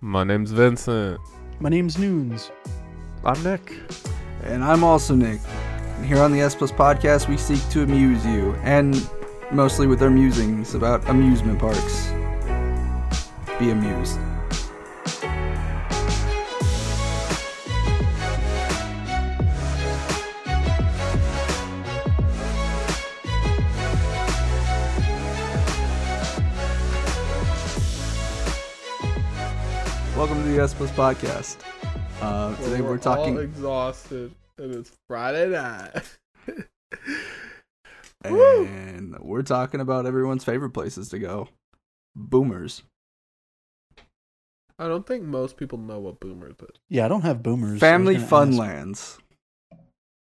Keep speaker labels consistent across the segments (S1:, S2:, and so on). S1: My name's Vincent.
S2: My name's Noons.
S3: I'm Nick.
S4: And I'm also Nick. Here on the S Plus Podcast, we seek to amuse you, and mostly with our musings about amusement parks. Be amused. Welcome to the S Plus Podcast. Uh, today we're, talking.
S5: all exhausted, and it's Friday night. Woo!
S4: And we're talking about everyone's favorite places to go. Boomers.
S5: I don't think most people know what boomers is.
S2: Yeah, I don't have boomers.
S4: Family
S2: I was gonna ask.
S4: Funlands.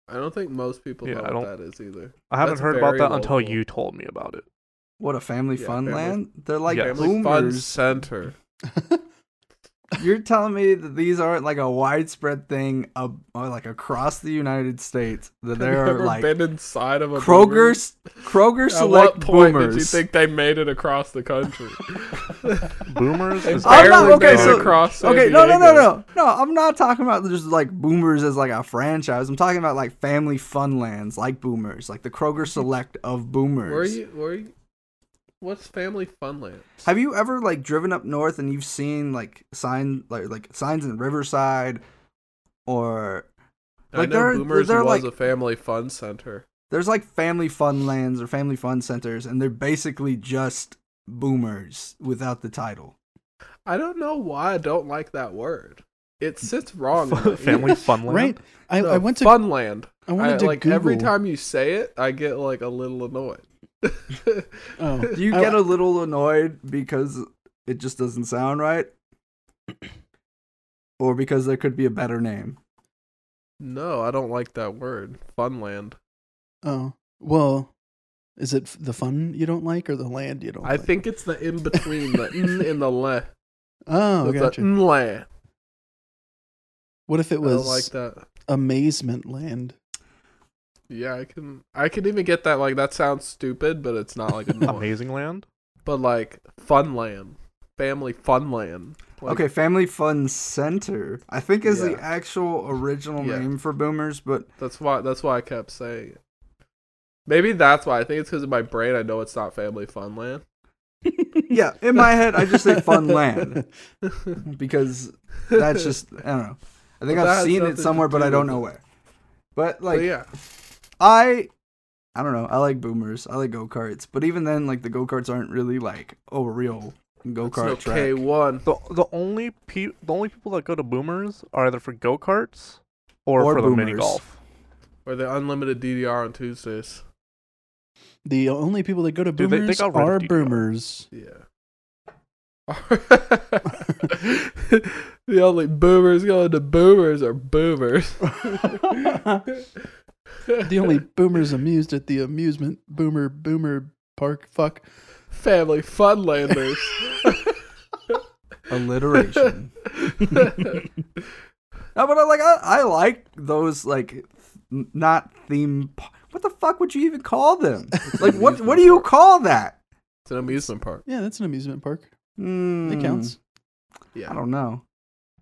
S5: I don't think most people
S3: Yeah,
S5: know what
S3: I don't-
S5: that is either.
S3: I haven't
S5: That's
S3: heard about
S5: very
S3: that until
S5: local.
S3: you told me about it.
S4: What a family
S5: Yeah,
S4: fun
S5: family-
S4: land? They're like
S3: Yeah.
S5: Family Fun
S4: boomers.
S5: Center.
S4: You're telling me that these aren't like a widespread thing ab- or like across the United States
S5: Have
S4: that
S5: you
S4: there are
S5: ever
S4: like
S5: been inside of a Kroger's.
S4: Kroger's Kroger
S5: At what
S4: select
S5: point
S4: boomers.
S5: did you think they made it across the country?
S3: Boomers
S5: They
S3: is
S4: I'm not
S5: barely
S4: okay.
S5: made it
S4: So
S5: across San
S4: okay, no, no, no,
S5: Diego.
S4: no, no. I'm not talking about just like Boomers as like a franchise. I'm talking about like family fun lands, like Boomers, like the Kroger Select of Boomers.
S5: Where are you? Where are you? What's Family Funland?
S4: Have you ever like driven up north and you've seen like sign like like signs in Riverside, or
S5: I
S4: like,
S5: know
S4: they're-
S5: Boomers
S4: they're
S5: was
S4: like-
S5: a family fun center.
S4: there's like family fun lands or family fun centers, and they're basically just Boomers without the title.
S5: I don't know why I don't like that word. It sits wrong. in my ear.
S3: family fun land.
S2: Right. I,
S5: No,
S2: I went to.
S5: Funland.
S2: I wanted
S5: I-
S2: to
S5: like
S2: Google.
S5: every time you say it, I get like a little annoyed.
S2: Oh.
S4: Do you
S2: I-
S4: get a little annoyed because it just doesn't sound right? Or because there could be a better name.
S5: no, I don't like that word. Funland.
S2: Oh well, is it f- the fun you don't like or the land you don't?
S5: I
S2: like?
S5: think it's the in between, the n and the le.
S2: Oh,
S5: It's
S2: gotcha.
S5: the nland.
S2: What if it
S5: mm, I don't
S2: was
S5: like that.
S2: amazement land?
S5: Yeah, I can. I can even get that. Like that sounds stupid, but it's not like annoying.
S3: Amazing land.
S5: but like Funland, family Funland. Like,
S4: okay, Family Fun Center, I think is the
S5: Yeah.
S4: actual original
S5: Yeah.
S4: name for boomers, but
S5: That's why. That's why I kept saying. It. Maybe that's why. I think it's because in my brain I know it's not family Funland.
S4: yeah, in my head, I just say fun land because that's just, I don't know. I think
S5: But that
S4: I've
S5: has
S4: seen
S5: nothing
S4: it
S5: to
S4: somewhere, but
S5: do
S4: I don't
S5: with
S4: know
S5: it.
S4: where. But
S5: But
S4: like,
S5: yeah,
S4: I I don't know. I like boomers. I like go-karts. But even then like the go-karts aren't really like a real go-kart
S5: it's no
S4: track.
S5: K one.
S3: The the only pe- the only people that go to boomers are either for go karts or,
S4: Or
S3: for the mini
S4: boomers.
S3: golf.
S5: Or the unlimited DDR on Tuesdays.
S2: the only people that go to
S3: Dude, they- they
S2: boomers
S3: got rid of
S2: are
S3: DDR.
S2: boomers.
S5: Yeah. the only boomers going to boomers are boomers.
S2: the only boomers amused at the amusement boomer boomer park. Fuck.
S5: family funlanders.
S4: Alliteration. no, but I like I, I like those like th- not theme par- what the fuck would you even call them? Like what what do you call that?
S5: It's an amusement park.
S2: Yeah, that's an amusement park.
S4: Mm,
S2: It counts.
S5: Yeah,
S4: I don't know.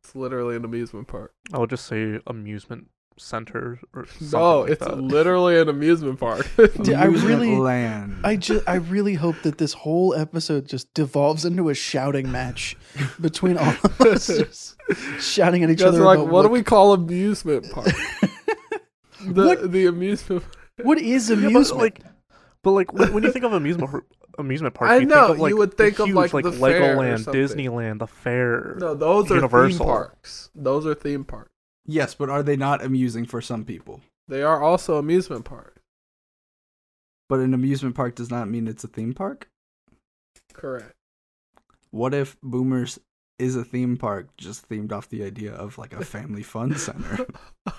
S5: it's literally an amusement park.
S3: I would just say amusement center or something.
S5: No,
S3: like
S5: Oh, it's
S3: that.
S5: literally an amusement park.
S2: Dude, I
S4: Amusement
S2: really-
S4: land.
S2: I just, I really hope that this whole episode just devolves into a shouting match between all of us, just shouting at each
S5: Because
S2: other.
S5: like,
S2: about
S5: what do we call amusement park? The
S2: What-
S5: the amusement.
S2: What is
S3: Yeah, but,
S2: amusement?
S3: like, but like when, when you think of amusement par- amusement park,
S5: I
S3: you
S5: know,
S3: think of,
S5: you
S3: like,
S5: would
S3: the
S5: think of,
S3: huge,
S5: like,
S3: like
S5: the fair or
S3: Legoland,
S5: something.
S3: Disneyland, the fair.
S5: No, those are
S3: Universal.
S5: theme parks. Those are theme parks.
S4: yes, but are they not amusing for some people?
S5: They are also amusement parks.
S4: But an amusement park does not mean it's a theme park.
S5: Correct.
S4: What if Boomers is a theme park just themed off the idea of like a family fun center?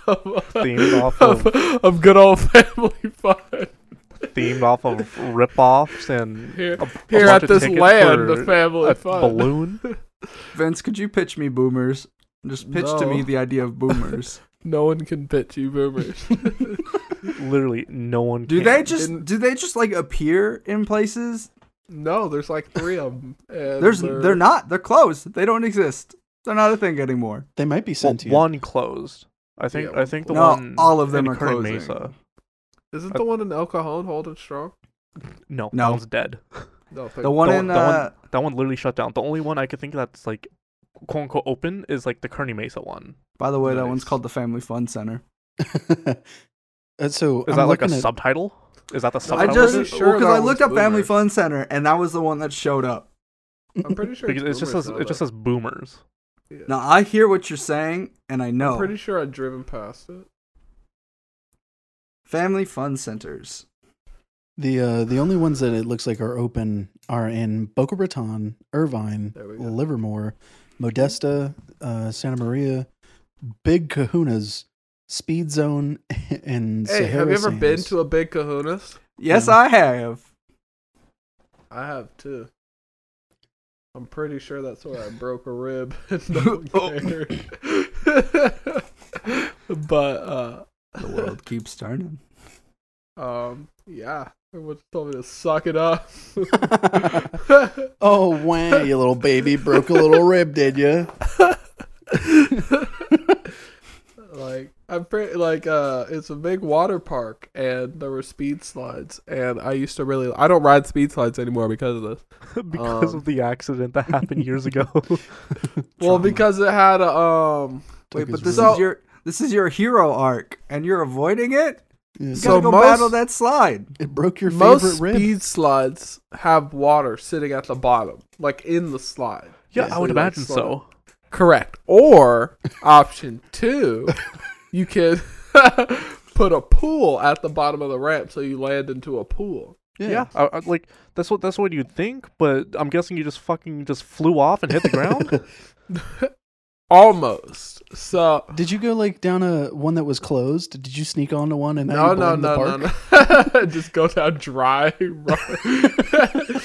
S5: themed
S3: off
S5: of, of good old family fun.
S3: Themed off of ripoffs and
S5: Here-
S3: a, a
S5: Here
S3: bunch
S5: at
S3: of
S5: this
S3: tickets
S5: land of
S3: for
S5: family
S3: a
S5: fun.
S3: balloon.
S4: Vince, could you pitch me Boomers? Just pitch to
S5: No.
S4: me the idea of Boomers.
S5: No one can pitch you boomers.
S3: Literally, no one.
S4: Do
S3: can.
S4: they just
S5: didn't-
S4: do they just like appear in places?
S5: no, there's like three of them. And
S4: There's they're not. They're closed. They don't exist. They're not a thing anymore.
S2: They might be
S3: Well,
S2: sentient.
S3: one closed. I think.
S5: Yeah,
S3: I think the
S4: no,
S3: one.
S4: all of them
S3: in
S4: are
S3: Kern
S4: closing.
S3: Mesa.
S5: Is it
S3: I-
S5: the one in El Cajon holding strong?
S3: No,
S4: No.
S3: that one's dead.
S5: No, thank
S4: The one
S3: the,
S4: in
S3: the
S4: uh,
S3: one that one literally shut down. The only one I could think that's like quote unquote open is like the Kearney Mesa one.
S4: by the way, that one's
S5: Nice.
S4: called the Family Fun Center.
S2: And Uh, so
S3: Is
S2: I'm
S3: that like a
S2: looking at-
S3: subtitle? Is that the
S5: No,
S4: I
S3: subtitle?
S5: I'm
S4: just
S5: pretty
S4: because
S5: sure that
S4: I looked up
S5: one's
S4: Family
S5: Boomers.
S4: Fun Center and that was the one that showed up.
S5: I'm pretty sure
S3: because it just
S5: boomers
S3: says
S5: now,
S3: it just
S5: though.
S3: says boomers.
S5: Yeah.
S4: Now I hear what you're saying and I know
S5: I'm pretty sure I've driven past it.
S4: Family Fun Centers.
S2: the uh, the only ones that it looks like are open are in Boca Raton, Irvine,
S5: There we go.
S2: Livermore, Modesta, uh, Santa Maria, Big Kahuna's, Speed Zone, and
S5: Hey, have
S2: Sahara
S5: you ever been
S2: Sands.
S5: to a big Kahuna's?
S4: Yes,
S2: Yeah.
S4: I have.
S5: I have too. I'm pretty sure that's where I broke a rib. and
S4: Oh.
S5: no one cared. but uh,
S4: The world keeps turning.
S5: um, yeah, everyone told me to suck it up.
S2: Oh wow, you little baby broke a little rib, did you?
S5: like I'm pretty like uh, it's a big water park, and there were speed slides, and I used to really I don't ride speed slides anymore because of this.
S3: because
S5: Um,
S3: of the accident that happened years ago.
S5: Well, because it had a um.
S4: Wait, but
S2: his
S4: this
S5: rib.
S4: is your this is your hero arc and you're avoiding it? You
S2: Yes.
S5: So
S4: gotta go
S5: most-
S4: battle that slide.
S2: It broke your
S5: Most
S2: favorite rib.
S5: speed slides have water sitting at the bottom, like in the slide.
S3: yeah,
S5: So
S3: I would
S5: you, like,
S3: imagine
S5: slow down.
S3: so.
S5: Correct. Or option two, you could put a pool at the bottom of the ramp so you land into a pool.
S3: Yeah, I, I- like that's what that's what you'd think, but I'm guessing you just fucking just flew off and hit the ground.
S5: Almost. So
S2: Did you go like down a one that was closed? Did you sneak onto one and now
S5: no, no,
S2: you blame the
S5: no,
S2: park?
S5: no, no. Just go down dry. run.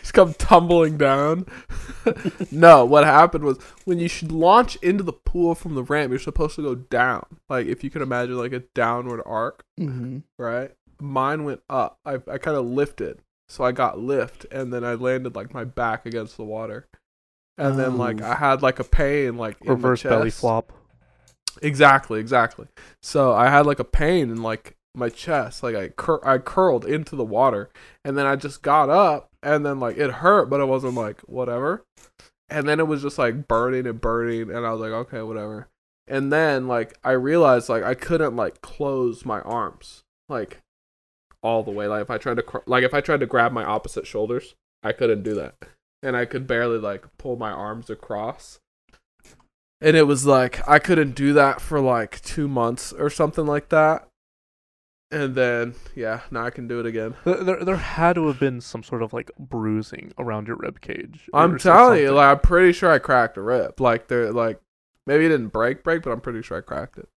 S5: Just come tumbling down. no, what happened was when you should launch into the pool from the ramp, you're supposed to go down. Like if you can imagine like a downward arc,
S2: Mhm.
S5: right? Mine went up. I I kind of lifted, so I got lift, and then I landed like my back against the water, and then like
S2: Oh.
S5: I had like a pain like in my
S3: Reverse belly
S5: chest.
S3: flop.
S5: Exactly, exactly. So I had like a pain in like my chest, like I cur- I curled into the water, and then I just got up, and then like it hurt, but it wasn't like whatever. And then it was just like burning and burning, and I was like, okay, whatever. And then like I realized like I couldn't like close my arms like all the way. Like if I tried to cr- like if I tried to grab my opposite shoulders, I couldn't do that, and I could barely like pull my arms across and it was like I couldn't do that for like two months or something like that. And then yeah, now I can do it again.
S3: There, there, there had to have been some sort of like bruising around your rib cage.
S5: I'm
S3: or
S5: telling you,
S3: something.
S5: like I'm pretty sure I cracked a rib. Like they're like maybe it didn't break break, but I'm pretty sure I cracked it.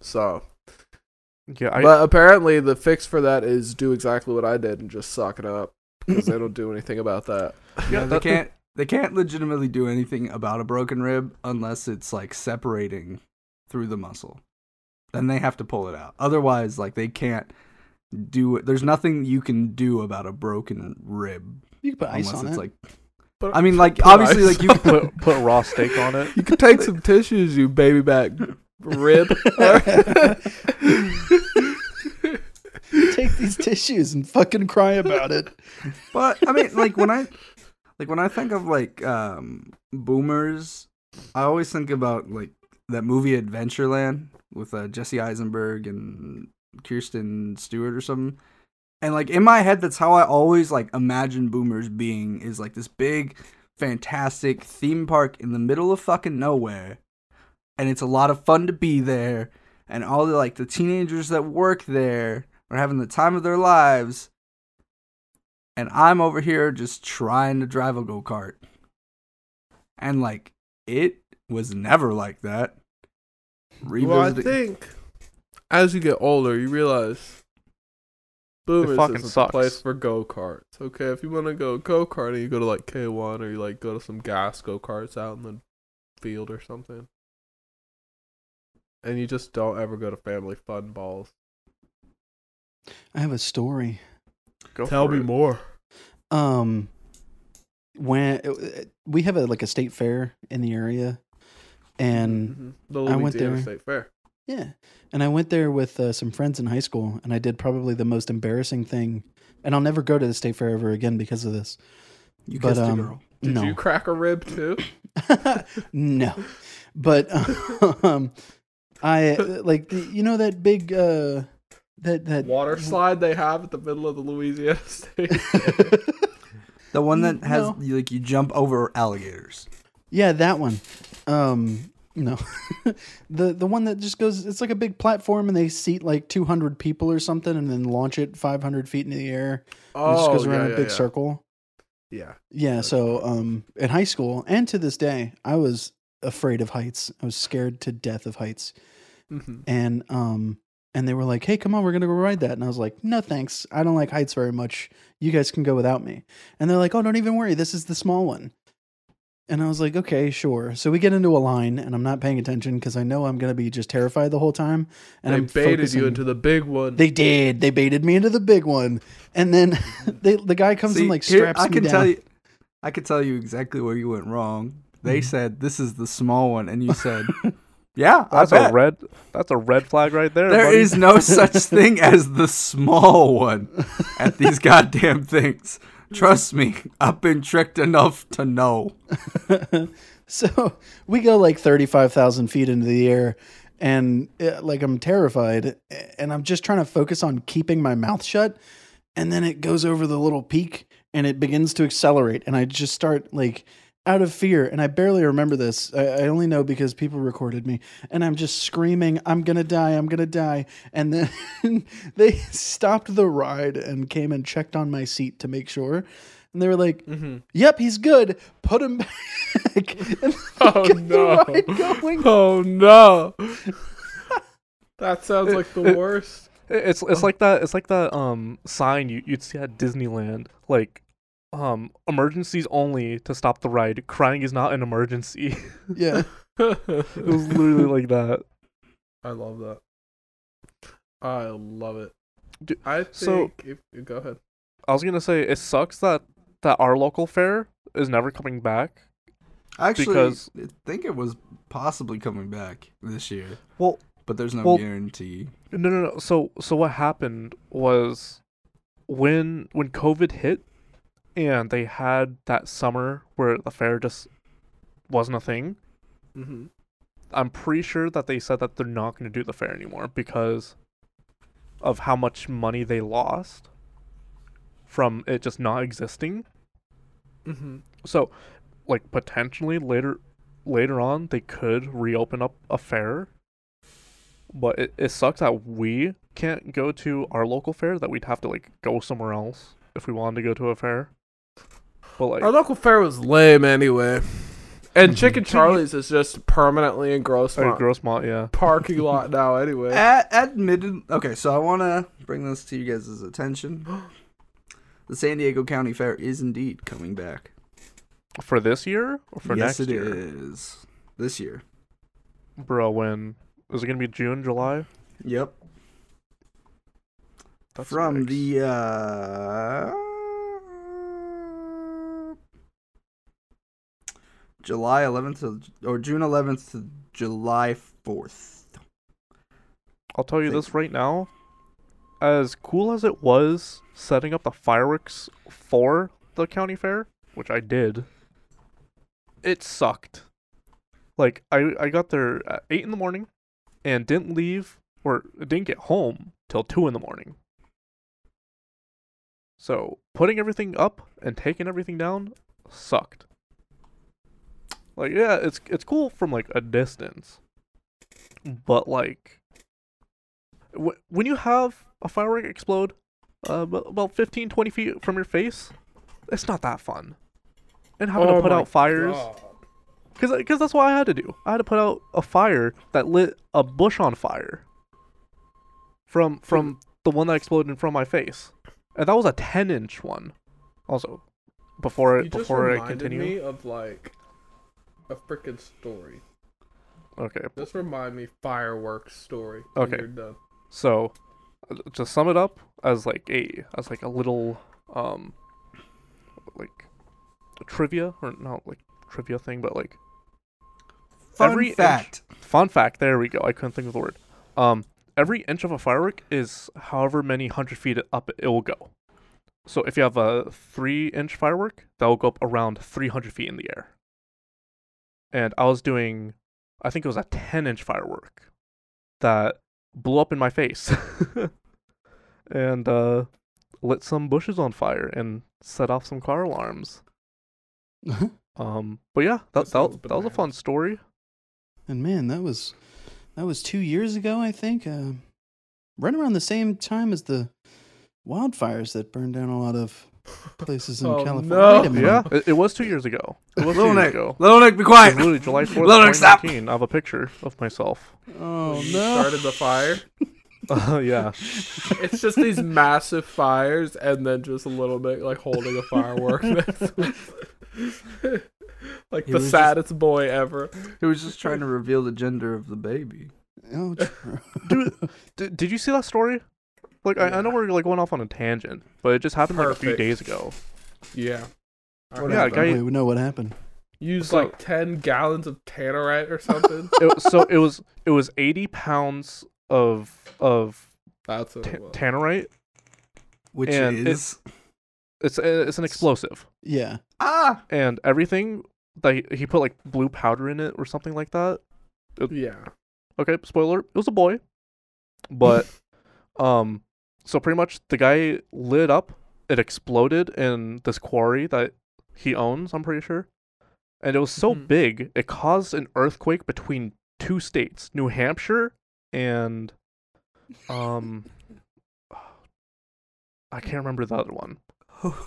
S5: So,
S3: yeah, I,
S5: but apparently the fix for that is do exactly what I did and just suck it up because they don't do anything about that.
S3: yeah,
S4: they
S3: that-
S4: can't they can't legitimately do anything about a broken rib unless it's like separating through the muscle. Then they have to pull it out. Otherwise, like they can't do it. There's nothing you can do about a broken rib
S2: You could put ice
S4: unless
S2: on
S4: it's
S2: it.
S4: like
S5: But
S4: I mean like
S5: put
S4: obviously
S5: ice
S4: like you
S3: put put raw steak on it.
S5: you could take some tissues, you baby back rib.
S2: Take these tissues and fucking cry about it.
S4: But I mean, like when I like when I think of like um boomers, I always think about like that movie Adventureland with uh, Jesse Eisenberg and Kirsten Stewart or something. And like in my head, that's how I always like imagine boomers being is like this big, fantastic theme park in the middle of fucking nowhere, and it's a lot of fun to be there. And all the like the teenagers that work there are having the time of their lives, and I'm over here just trying to drive a go kart. And like, it was never like that.
S5: Well, I
S4: Revisiting-
S5: think as you get older, you realize Boomers
S3: fucking
S5: isn't the
S3: sucks.
S5: place for go karts. Okay, if you want to go go karting, you go to like K one or you like go to some gas go karts out in the field or something. And you just don't ever go to family fun balls.
S2: I have a story.
S3: Go for it.
S5: more.
S2: Um, when we have a like a state fair in the area, and
S5: Mhm. The
S2: I
S5: Louisiana
S2: went there.
S5: State Fair.
S2: Yeah. And I went there with uh, some friends in high school, and I did probably the most embarrassing thing. And I'll never go to the state fair ever again because of this.
S4: You
S2: But,
S4: kissed
S2: um,
S4: a girl.
S5: Did
S2: no.
S5: you crack a rib too?
S2: no. But um, I uh, like you know that big uh, that that
S5: Water slide they have at the middle of the Louisiana State.
S4: The one that has
S2: no.
S4: you, like you jump over alligators.
S2: yeah that one. Um, no, the the one that just goes. It's like a big platform, and they seat like two hundred people or something, and then launch it five hundred feet into the air. and it just goes around in a big
S5: Oh, yeah.
S2: circle.
S5: Yeah.
S2: Yeah, so um in high school and to this day, I was afraid of heights. I was scared to death of heights.
S5: Mhm.
S2: And um and they were like, "Hey, come on, we're going to go ride that." And I was like, "No, thanks. I don't like heights very much. You guys can go without me." And they're like, "Oh, don't even worry. This is the small one." And I was like, "Okay, sure." So we get into a line and I'm not paying attention cuz I know I'm going to be just terrified the whole time and
S5: they
S2: I'm
S5: baited
S2: focusing-
S5: you into the big one.
S2: They did. They baited me into the big one. And then they, the guy comes
S4: See,
S2: and like
S4: here-
S2: straps
S4: I
S2: me
S4: can
S2: down.
S4: tell you, I can tell you exactly where you went wrong. They
S2: Mm-hmm.
S4: said this is the small one, and you said, "Yeah, I
S3: That's a
S4: bet."
S3: red. That's a red flag right there.
S4: There
S3: buddy.
S4: is no such thing as the small one at these goddamn things. Trust me, I've been tricked enough to know.
S2: So we go like 35,000 feet into the air and uh, like I'm terrified and I'm just trying to focus on keeping my mouth shut. And then it goes over the little peak and it begins to accelerate. And I just start like out of fear. And I barely remember this. I, I only know because people recorded me. And I'm just screaming, I'm going to die. I'm going to die. And then they stopped the ride and came and checked on my seat to make sure. And they were like, Yep, he's good. Put him back. and
S5: Oh,
S2: get
S5: no.
S2: The ride going.
S5: Oh no. that sounds like the worst.
S3: It's it's like that. It's like that um sign you you'd see at Disneyland, like um emergencies only to stop the ride. Crying is not an emergency. it
S2: Yeah.
S5: I
S3: was literally like that.
S5: love that. I love it.
S3: Dude,
S5: I think
S3: so-
S5: if- go ahead.
S3: I was gonna say it sucks that that our local fair is never coming back.
S4: Actually,
S3: Because-
S4: I think it was possibly coming back this year,
S3: Well,
S4: but there's no
S3: Well-
S4: guarantee.
S3: No, no, no. So, so what happened was when when COVID hit, and they had that summer where the fair just wasn't a thing.
S5: Mm-hmm.
S3: I'm pretty sure that they said that they're not going to do the fair anymore because of how much money they lost from it just not existing.
S5: Mm-hmm.
S3: So, like potentially later later on they could reopen up a fair. But it, it sucks that we can't go to our local fair that we'd have to like go somewhere else if we wanted to go to a fair. But like
S5: Our local fair was lame anyway. And
S2: Mhm.
S5: Chicken Charlie's is just permanently in gross
S3: or
S5: Mont
S3: Grossmont, yeah.
S5: parking lot now anyway.
S4: At, admitted, okay, so I want to bring this to you guys' attention. The San Diego County Fair is indeed coming back.
S3: For this year or for
S4: yes,
S3: next
S4: it is
S3: year?
S4: this year.
S3: Bro, when is it going to be June, July?
S4: Yep,
S3: That's
S4: from
S3: next.
S4: the uh, July 11th to, or June 11th to July 4th.
S3: I'll tell you
S4: Thank
S3: this right now. As cool as it was setting up the fireworks for the county fair, which I did, it sucked. Like I I got there at eight in the morning, and didn't leave or didn't get home till two in the morning. So putting everything up and taking everything down sucked. Like yeah, it's it's cool from like a distance, but like wh- when you have a firework explode uh, ab- about 15 20 feet from your face it's not that fun and having to put out fires because that's what i had to do i had to put out a fire that lit a bush on fire from from the one that exploded in front of my face and that was a 10 inch one also before
S5: You
S3: it
S5: just
S3: before i
S5: reminded
S3: continue
S5: me of like a freaking story.
S3: okay
S5: Just remind me fireworks story. when
S3: Okay.
S5: you're done.
S3: So, uh, to sum it up, as like a as like a little um like trivia or not like trivia thing, but like
S4: Fun
S3: Every inch-
S4: fact.
S3: fun fact. There we go. I couldn't think of the word. Um, every inch of a firework is however many hundred feet up it will go. So if you have a three-inch firework, that will go up around three hundred feet in the air. And I was doing, I think it was a ten-inch firework that blew up in my face, and uh, lit some bushes on fire and set off some car alarms. Um, but yeah, that
S5: That
S3: that,
S5: sounds
S3: that was a fun
S5: bananas.
S3: story.
S2: and man, that was that was two years ago, I think. Uh, right around the same time as the wildfires that burned down a lot of places in
S5: Oh,
S2: California.
S5: no.
S2: Wait a minute.
S3: Yeah, it, it was two years ago. It was two
S4: Little
S3: years
S4: Nick.
S3: ago.
S4: Little Nick, be
S3: It was
S4: quiet.
S3: literally July fourth,
S4: Little Nick, stop.
S3: 2019. I have a picture of myself.
S2: Oh
S5: you
S2: no.
S5: started the fire. Oh,
S3: Uh, yeah,
S5: It's just these massive fires, and then just a little bit like holding a firework. like
S4: He
S5: the
S4: was just-
S5: saddest boy ever.
S4: He was just trying to reveal the gender of the baby.
S2: Oh, true.
S3: D- did you see that story? Like, I, I know we're like going off on a tangent, but it just happened like a few
S5: Perfect.
S3: days ago.
S5: Yeah.
S4: What
S3: Yeah,
S4: happened?
S3: guy-
S2: Wait, we know what happened.
S5: Used
S3: So-
S5: like ten gallons of tannerite or something.
S3: It, so it was it was 80 pounds of of
S5: That's what
S3: ta-
S5: it was.
S3: tannerite.
S4: Which
S3: And it-
S4: is
S3: It's a, it's an explosive,
S2: Yeah.
S4: ah.
S3: and everything that he, he put like blue powder in it or something like that.
S5: yeah.
S3: okay spoiler it was a boy but um so pretty much the guy lit up it exploded in this quarry that he owns i'm pretty sure and it was so
S5: Mhm.
S3: big it caused an earthquake between two states new hampshire and um i can't remember the other one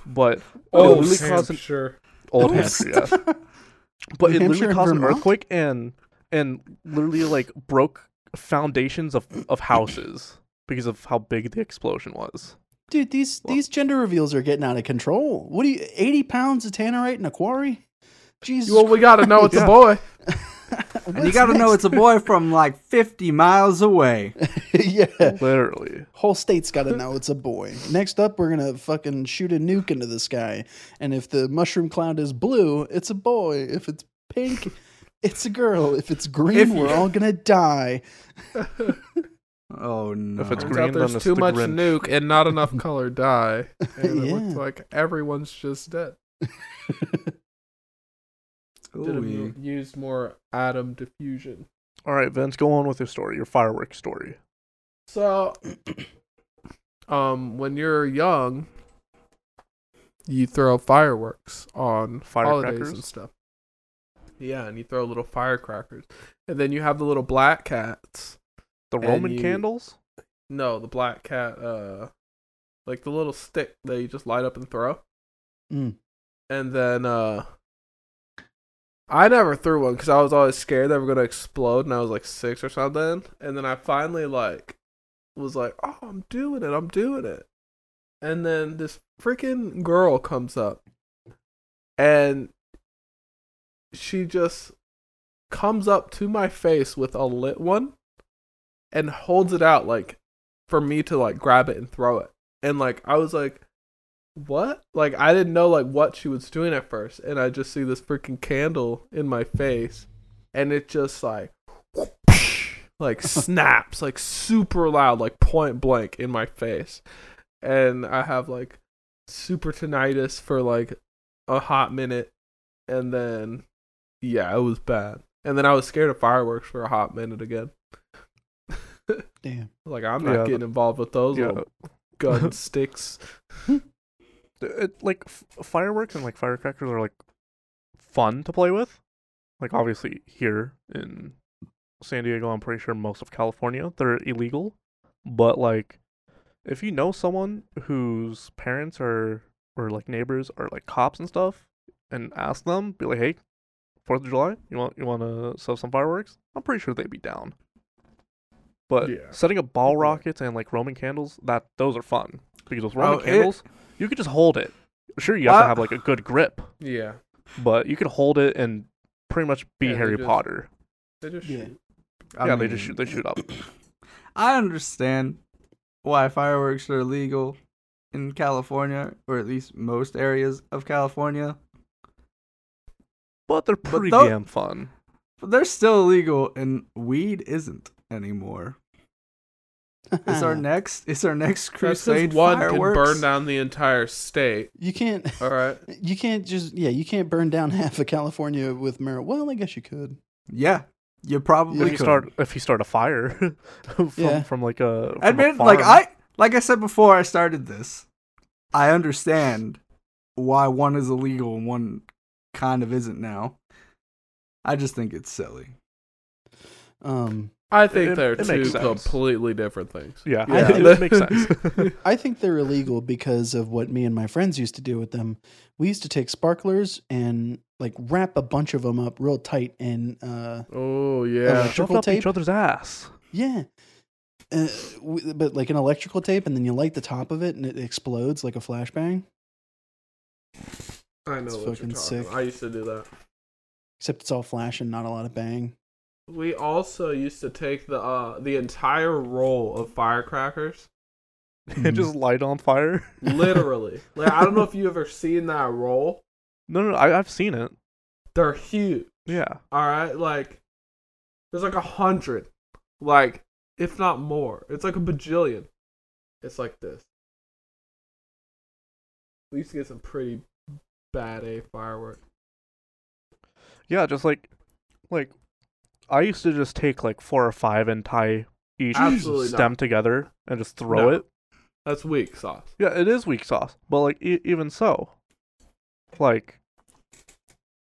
S3: but
S5: Oh,
S3: literally
S5: Sam,
S3: caused an-
S5: sure.
S3: old
S2: New
S3: hampshire yes but
S2: New
S3: it
S2: Hampshire
S3: literally
S2: and
S3: caused an
S2: Vermont?
S3: earthquake and and literally like broke foundations of of houses because of how big the explosion was.
S2: Dude, these
S3: Well-
S2: these gender reveals are getting out of control. What do you? Eighty pounds of tannerite in a quarry? Jesus.
S5: Well, we gotta know it's
S3: Yeah.
S5: a boy.
S4: And you got to know it's a boy from like 50 miles away.
S2: yeah.
S3: Literally.
S2: Whole state's got to know it's a boy. Next up, we're gonna fucking shoot a nuke into the sky, and if the mushroom cloud is blue, it's a boy. If it's pink, it's a girl. If it's green,
S4: If you-
S2: we're all gonna die.
S4: Oh no.
S3: If it's
S5: Turns
S3: green,
S5: out
S3: then
S5: there's
S3: it's
S5: too
S3: the
S5: much
S3: Grinch.
S5: nuke and not enough color dye, and it
S2: Yeah.
S5: looks like everyone's just dead. Did
S4: Ooh, yeah.
S5: have used more atom diffusion.
S3: All right, Vince, go on with your story, your fireworks story.
S5: So, um, when you're young, you throw fireworks on holidays and
S3: Firecrackers?
S5: stuff. Yeah, and you throw little firecrackers, and then you have the little black cats.
S3: The
S5: And
S3: Roman
S5: you-
S3: candles?
S5: No, the black cat, uh, like the little stick that you just light up and throw.
S2: Mm.
S5: and then uh I never threw one because I was always scared they were gonna explode, and I was like six or something. And then I finally like was like, "Oh, I'm doing it! I'm doing it!" And then this freaking girl comes up, and she just comes up to my face with a lit one, and holds it out like for me to like grab it and throw it. And like I was like, what? Like I didn't know like what she was doing at first, and I just see this freaking candle in my face, and it just like, like snaps like super loud, like point blank in my face, and I have like super tinnitus for like a hot minute, and then yeah, it was bad, and then I was scared of fireworks for a hot minute again.
S2: Damn.
S5: Like I'm not
S3: Yeah.
S5: getting involved with those
S3: Yeah.
S5: little gun sticks.
S3: It, uh, like f- fireworks and like firecrackers are like fun to play with. Like obviously here in San Diego, I'm pretty sure most of California, they're illegal. But like if you know someone whose parents are or like neighbors are like cops and stuff and ask them, be like, "Hey, 4th of July, you want you want to sell some fireworks?" I'm pretty sure they'd be down. But
S5: Yeah.
S3: setting up ball
S5: Yeah.
S3: rockets and like Roman candles, that those are fun because those Roman
S4: Oh, it-
S3: candles, you could just hold it. Sure, you have to
S4: Wow.
S3: have like a good grip,
S5: Yeah.
S3: but you could hold it and pretty much be
S5: Yeah, they
S3: Harry
S5: just-
S3: Potter.
S5: They just
S2: Yeah.
S5: shoot.
S4: I
S3: yeah, they just
S4: mean,
S3: shoot. They shoot up.
S4: I understand why fireworks are illegal in California, or at least most areas of California,
S3: but they're pretty
S4: tho-
S3: damn fun.
S4: But they're still illegal, and weed isn't anymore. Is our next is our next
S5: Chris
S4: crusade
S5: says one
S4: fireworks?
S5: can burn down the entire state.
S2: you can't.
S5: All right.
S2: You can't just yeah. You can't burn down half of California with marijuana. Well, I guess you could.
S4: Yeah, you probably
S3: If you
S4: could.
S3: start if you start a fire from
S2: Yeah.
S3: from like a from a
S4: Admit, like
S3: farm.
S4: I like I said before, I started this. I understand why one is illegal and one kind of isn't now. I just think it's silly.
S2: Um,
S5: I think
S3: It-
S5: they're
S3: it
S5: two
S3: makes sense.
S5: completely different things.
S3: yeah,
S2: Yeah.
S3: it, it makes sense.
S2: I think they're illegal because of what me and my friends used to do with them. We used to take sparklers and like wrap a bunch of them up real tight and uh,
S5: Oh
S2: yeah.
S5: yeah.
S3: Shove
S2: Electrical
S3: up
S2: tape?
S3: each other's ass.
S2: Yeah. Uh, w- but like an electrical tape, and then you light the top of it, and it explodes like a flashbang.
S5: I know
S2: It's
S5: what you're
S2: fucking
S5: talking
S2: sick.
S5: about. I used to do that.
S2: Except it's all flash and not a lot of bang.
S5: We also used to take the uh the entire roll of firecrackers.
S4: Mm-hmm.
S3: and just light on fire.
S5: Literally. like I don't know if you ever seen that roll.
S3: No, no, no I, I've seen it.
S5: They're huge.
S3: Yeah,
S5: All right, like there's like a hundred, like if not more. It's like a bajillion. It's like this. We used to get some pretty bad a fireworks.
S3: yeah, just like like I used to just take like four or five and tie each
S5: Absolutely not.
S3: stem together and just
S5: No.
S3: throw it.
S5: That's weak sauce.
S3: Yeah, it is weak sauce, but like e- even so, like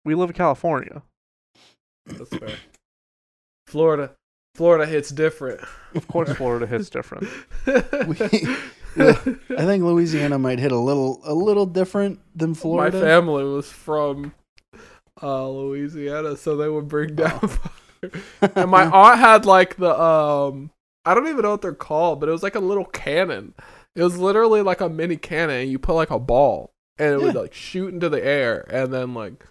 S3: we live in California.
S5: That's fair. Florida, Florida hits different.
S3: Of course, Florida hits different.
S2: I think Louisiana might hit a little, a little different than
S5: My
S2: Florida.
S5: family was from uh, Louisiana, so they would
S2: Oh.
S5: bring down And my aunt had like the um I don't even know what they're called, but it was like a little cannon. It was literally like a mini cannon and you put like a ball and it would
S2: Yeah.
S5: like shoot into the air and then like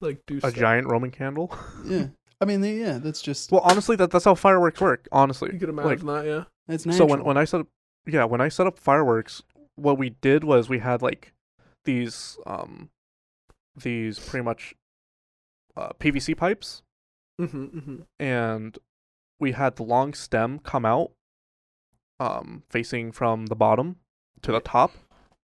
S5: like do
S3: A
S5: stuff.
S3: giant Roman candle.
S2: yeah, I mean, they, yeah, that's just
S3: Well, honestly, that that's how fireworks work.
S5: You
S3: Honestly,
S5: could
S3: like
S5: imagine that, yeah.
S2: that's
S3: so
S2: natural.
S3: when when I set up, yeah, when I set up fireworks, what we did was we had like these um these pretty much uh, PVC pipes
S5: Mm-hmm, mm-hmm.
S3: and we had the long stem come out um facing from the bottom to the top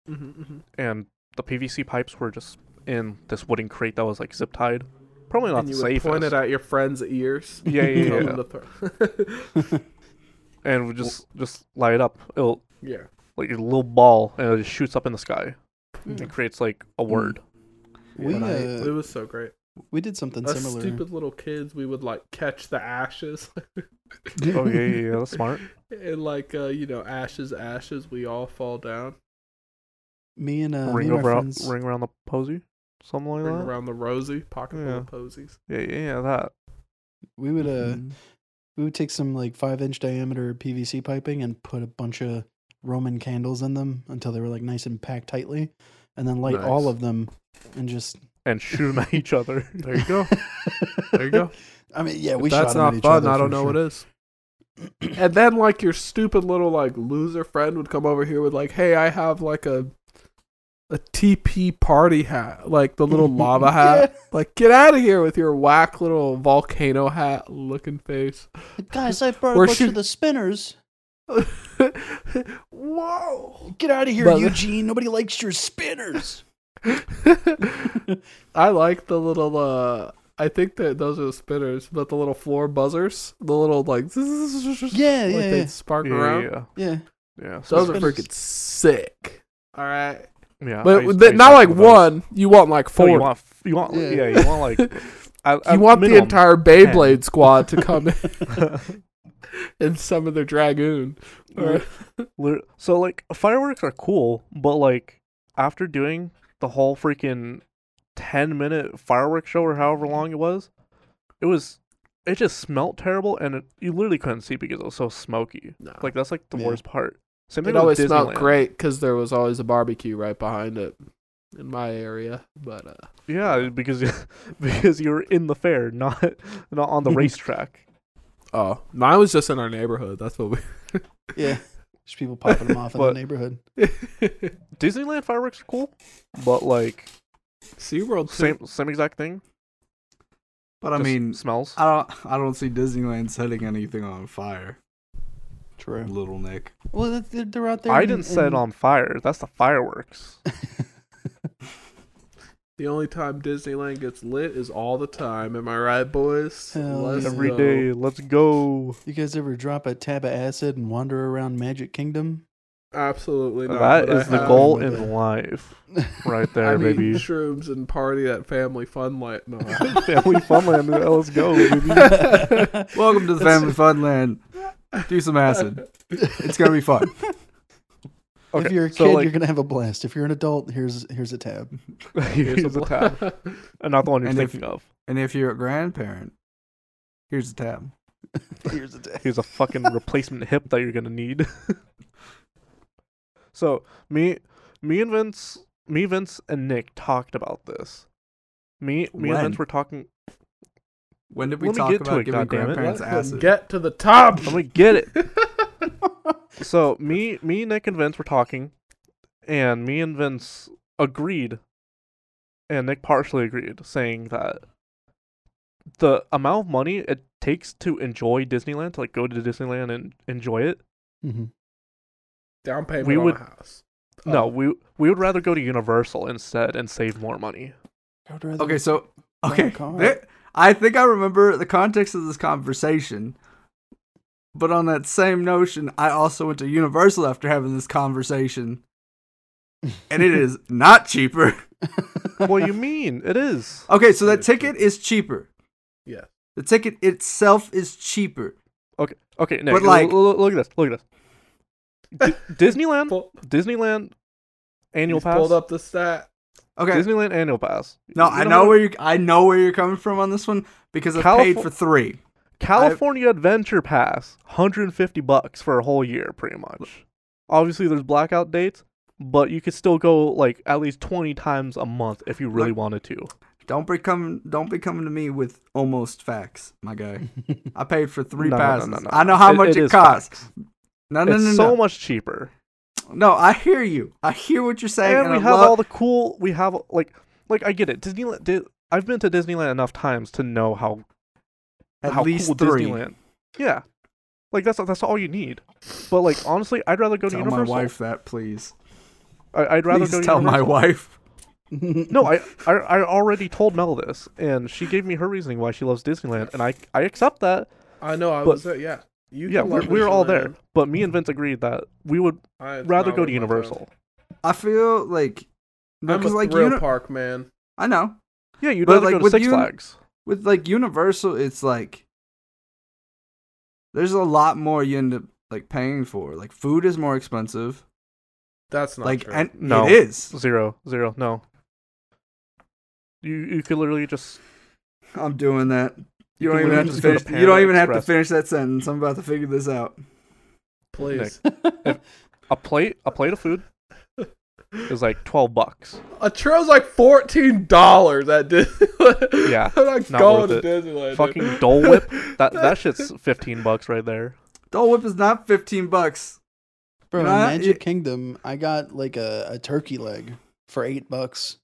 S5: Mm-hmm, mm-hmm.
S3: and the PVC pipes were just in this wooden crate that was like zip tied. Probably not
S5: And
S3: the
S5: you would
S3: safest.
S5: point it at your friend's ears.
S3: yeah, yeah,
S5: Tell
S3: yeah,
S5: them
S3: yeah.
S5: to throw-
S3: and we just just light it up. It'll
S5: yeah.
S3: like a little ball and it just shoots up in the sky
S5: Yeah.
S3: and creates like a word.
S2: we
S4: When I-
S2: uh,
S5: It was so great.
S2: we did something
S5: Us
S2: similar.
S5: stupid little kids, we would like catch the ashes.
S3: oh yeah, yeah, yeah, that's smart.
S5: and like uh, you know, ashes, ashes, we all fall down.
S2: Me and uh, me
S3: ring
S2: and my
S3: over
S2: friends.
S3: ring around the posy, something like
S5: Ring
S3: that.
S5: around the rosy, pocket full
S3: Uh-huh. Yeah.
S5: of posies.
S3: Yeah, yeah, yeah, that.
S2: We would uh,
S5: Mm-hmm.
S4: Mm-hmm.
S2: we would take some like five inch diameter PVC piping and put a bunch of Roman candles in them until they were like nice and packed tightly, and then light all
S5: Nice.
S2: of them and just
S3: And shoot 'em at each other.
S5: There you go. There you go.
S2: I mean, yeah, we.
S5: If that's
S2: shot 'em at
S5: not
S2: each
S5: fun.
S2: other
S5: I don't
S2: for
S5: know
S2: sure.
S5: what is. And then like your stupid little like loser friend would come over here with like, hey, I have like a a TP party hat, like the little lava hat. Like, get out of here with your whack little volcano hat looking face.
S2: Guys, I brought
S5: We're
S2: a bunch
S5: shoot-
S2: of the spinners.
S5: Whoa!
S2: Get out of here,
S5: But-
S2: Eugene. Nobody likes your spinners.
S5: I like the little. uh I think that those are the spinners, but the little floor buzzers, the little like,
S2: Yeah,
S5: like
S2: yeah,
S5: they
S2: yeah.
S5: spark
S3: Yeah,
S5: around.
S3: yeah,
S2: Yeah.
S3: yeah. So
S5: Those are
S2: Spinners.
S5: freaking sick. All right,
S3: Yeah,
S5: but
S3: I used- I
S5: th-
S3: used
S5: not
S3: to
S5: like
S3: have those.
S5: one. You want like
S3: No,
S5: four.
S3: Oh, you
S5: you
S3: want, f- you want, yeah,
S2: Yeah.
S3: you want like, at- at
S5: want the
S3: minimum.
S5: entire Beyblade squad to come in
S3: entire.
S5: and summon their dragoon. All right.
S3: so like fireworks are cool, but like after doing the whole freaking ten minute fireworks show or however long it was, it was it just smelt terrible, and it, you literally couldn't see because it was so smoky.
S5: No.
S3: Like that's like the
S2: Yeah.
S3: worst part. Same thing
S5: it always
S3: with
S5: smelled
S3: Disneyland.
S5: great because there was always a barbecue right behind it in my area. But uh,
S3: Yeah, because because you're in the fair, not not on the racetrack.
S5: oh, mine was just in our neighborhood. That's what we.
S2: Yeah. Just people popping them off in
S3: But-
S2: the neighborhood.
S5: yeah,
S3: Disneyland fireworks are cool, but like
S5: SeaWorld too.
S3: Same same exact thing.
S4: But I
S3: just
S4: mean,
S3: smells.
S4: I don't I don't see Disneyland setting anything on fire.
S2: True.
S4: Little Nick.
S2: Well, th- th- they're out there.
S3: I
S2: in-
S3: didn't set it
S2: in-
S3: on fire. That's the fireworks.
S5: The only time Disneyland gets lit is all the time. Am I right, boys?
S2: Hell
S5: Let's
S2: yeah.
S3: Every
S5: go.
S3: day. Let's go.
S2: You guys ever drop a tab of acid and wander around Magic Kingdom?
S5: Absolutely not.
S3: that
S5: but I
S3: is the
S5: have-
S3: goal
S2: with it.
S3: in life, right there,
S5: I mean,
S3: baby.
S5: shrooms and party at family fun light. No,
S3: Family Funland. yeah, Let's go, baby.
S4: Welcome to the Family Fun Land. Do some acid. It's gonna be fun.
S2: if you're a
S3: so,
S2: kid,
S3: like-
S2: you're gonna have a blast. If you're an adult, here's here's a tab.
S3: Here's a tab. And not the one you're
S4: And if-
S3: thinking of.
S4: And if you're a grandparent, here's a tab.
S2: Here's a tab.
S3: Here's a fucking replacement hip that you're gonna need. so me, me and Vince, me Vince and Nick talked about this. Me, me and
S4: When?
S3: Vince were talking.
S4: When did we
S3: Let me
S4: talk
S3: get to
S4: about
S3: it,
S4: giving
S3: goddammit.
S4: grandparents acid?
S5: get to the top.
S3: Let me get it. so me, me, Nick, and Vince were talking, and me and Vince agreed, and Nick partially agreed, saying that the amount of money it takes to enjoy Disneyland, to like go to Disneyland and enjoy it,
S2: hmm
S5: Down payment
S3: We
S5: on
S3: would-
S5: a house.
S4: Oh.
S5: Oh,
S3: No, we we would rather go to Universal instead and save more money.
S4: Okay, so okay,
S2: God.
S4: there- I think I remember the context of this conversation. But on that same notion, I also went to Universal after having this conversation, and it is not cheaper.
S3: what do you mean? It is.
S4: Okay, so
S5: It
S4: that
S5: is
S4: ticket is cheaper.
S5: Yeah.
S4: The ticket itself is cheaper.
S3: Okay, okay. Nick,
S4: But, like-
S3: l- l- look at this. Look at this. D- Disneyland,
S5: Pull-
S3: Disneyland annual
S5: he's
S3: pass.
S5: Pulled up the stat.
S4: Okay.
S3: Disneyland annual pass.
S4: no,
S3: You
S4: I know
S3: what?
S4: where you I know where you're coming from on this one because I paid
S3: Califor-
S4: for 3.
S3: California Adventure Pass, 150 bucks for a whole year, pretty much. Obviously, there's blackout dates, but you could still go like at least 20 times a month if you really
S4: Look-
S3: wanted to.
S4: Don't be coming don't be coming to me with almost facts, my guy. I paid for 3
S3: No, no, no,
S4: passes.
S3: no, no.
S4: I know how
S3: It-
S4: much
S3: it
S4: it,
S3: is
S4: costs.
S3: facts.
S4: No, no,
S3: It's
S4: no,
S3: so
S4: no.
S3: much cheaper.
S4: no, I hear you. I hear what you're saying
S3: and
S4: and,
S3: we
S4: I
S3: have
S4: love-
S3: all the cool. We have like, like I get it. Disneyland. Di- I've been to Disneyland enough times to know how
S4: at
S3: how
S4: least
S3: cool
S4: 3.
S3: Disneyland. Yeah, like that's that's all you need. But like honestly, I'd rather go to
S4: Tell my
S3: Universal.
S4: wife that, please.
S3: I, I'd rather
S4: Please
S3: go to
S4: tell my
S3: Universal.
S4: wife.
S3: No, I, I I already told Mel this, and she gave me her reasoning why she loves Disneyland, and I I accept that.
S5: I know. I
S3: But-
S5: was there. Yeah. You
S3: Yeah,
S5: can
S3: we're,
S5: love
S3: we're all there.
S5: Disneyland.
S3: But me and Vince agreed that we would
S5: I- it's
S3: rather
S5: not
S3: go
S5: worth my
S3: to
S5: time.
S3: Universal.
S4: I feel like no,
S5: I'm a
S4: 'cause, like
S5: thrill
S4: uni-
S5: park man.
S4: I know.
S3: Yeah, you'd
S4: But,
S3: rather
S4: like,
S3: go to
S4: with
S3: Six
S4: Uni-
S3: Flags.
S4: with like Universal, it's like there's a lot more you end up like paying for. Like food is more expensive.
S5: That's not
S4: like
S5: true.
S4: and
S3: No.
S4: it is.
S3: Zero, zero, no. You you could literally just
S4: I'm doing that. You
S3: You
S4: don't
S3: can
S4: even have to
S3: just go to
S4: finish. You don't
S3: Panda
S4: even have to finish
S3: Express.
S4: that sentence. I'm about to figure this out.
S5: please.
S3: a plate a plate of food is like twelve bucks.
S5: A trail's like fourteen dollars at Disneyland.
S3: Yeah,
S5: I'm not,
S3: not
S5: going to
S3: worth
S5: Disneyland. dude.
S3: Fucking Dole Whip that that shit's fifteen bucks right there.
S4: Dole Whip is not 15 bucks.
S2: Bro, in
S4: Nah,
S2: Magic
S4: it-
S2: Kingdom, I got like a, a turkey leg for eight bucks.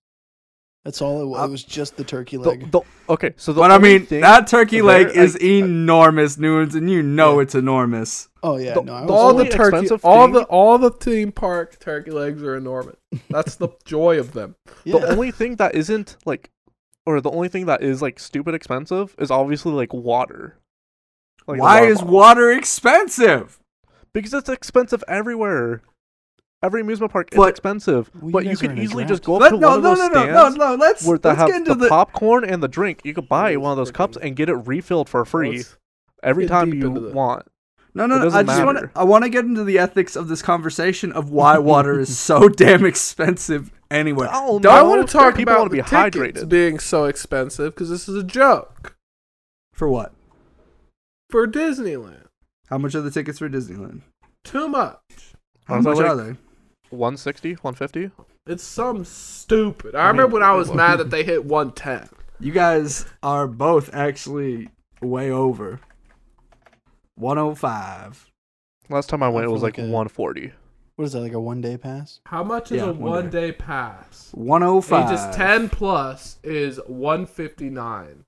S2: That's all it was.
S4: Uh,
S2: it was just the turkey
S3: The-
S2: leg.
S3: the- okay, so the
S4: but I
S3: only
S4: mean,
S3: thing-
S4: that turkey
S3: there,
S4: leg
S3: I-
S4: is enormous, Nuance, and you know
S2: Yeah.
S4: it's enormous.
S2: oh yeah,
S3: the-
S2: no, I
S3: the-
S2: was
S5: all the
S3: only
S5: turkey,
S3: expensive
S5: all
S3: thing-
S5: the all the theme park turkey legs are enormous. That's the joy of them.
S2: yeah.
S3: The only thing that isn't like, or the only thing that is like stupid expensive is obviously like water. Like the
S4: Why is
S3: bottle.
S4: water expensive?
S3: Because it's expensive everywhere. Every amusement park is
S4: But-
S3: expensive,
S2: Well, you
S3: but you
S2: guys are
S3: can
S2: in a
S3: easily
S2: drought.
S3: just go up
S4: Let-
S3: to
S4: no,
S3: one
S4: no,
S3: of those
S4: no,
S3: stands
S4: no, no, no. Let's
S3: where they
S4: let's
S3: have
S4: get into
S3: the,
S4: the
S3: popcorn and the drink. You could buy
S5: Let's
S3: one of those cups
S5: freaking-
S3: and get it refilled for free
S5: Let's-
S3: every
S5: get
S3: time
S5: deep
S3: you
S5: into this.
S3: want.
S4: No, no,
S3: It
S4: no.
S3: doesn't
S4: I just want to.
S3: matter.
S4: I want to get into the ethics of this conversation of why water is so damn expensive anywhere.
S3: Oh,
S5: I
S3: no,
S5: want to talk
S3: people
S5: about
S3: want to be
S5: the tickets
S3: hydrated.
S5: being so expensive because this is a joke
S4: For what?
S5: for Disneyland.
S4: How much are the tickets for Disneyland?
S5: Too much.
S4: How
S3: Aren't they
S4: much
S3: like-
S4: are they?
S3: 160, 150?
S5: It's some stupid. I remember when I was mad that they hit one ten.
S4: You guys are both actually way over. One oh five.
S3: Last time I went, it
S2: feel
S3: was like
S2: like a-
S3: 140.
S2: What is that? Like a one day pass?
S5: How much is
S4: Yeah,
S5: a
S4: one
S5: one day pass?
S4: 105.
S5: Ages 10 plus is 159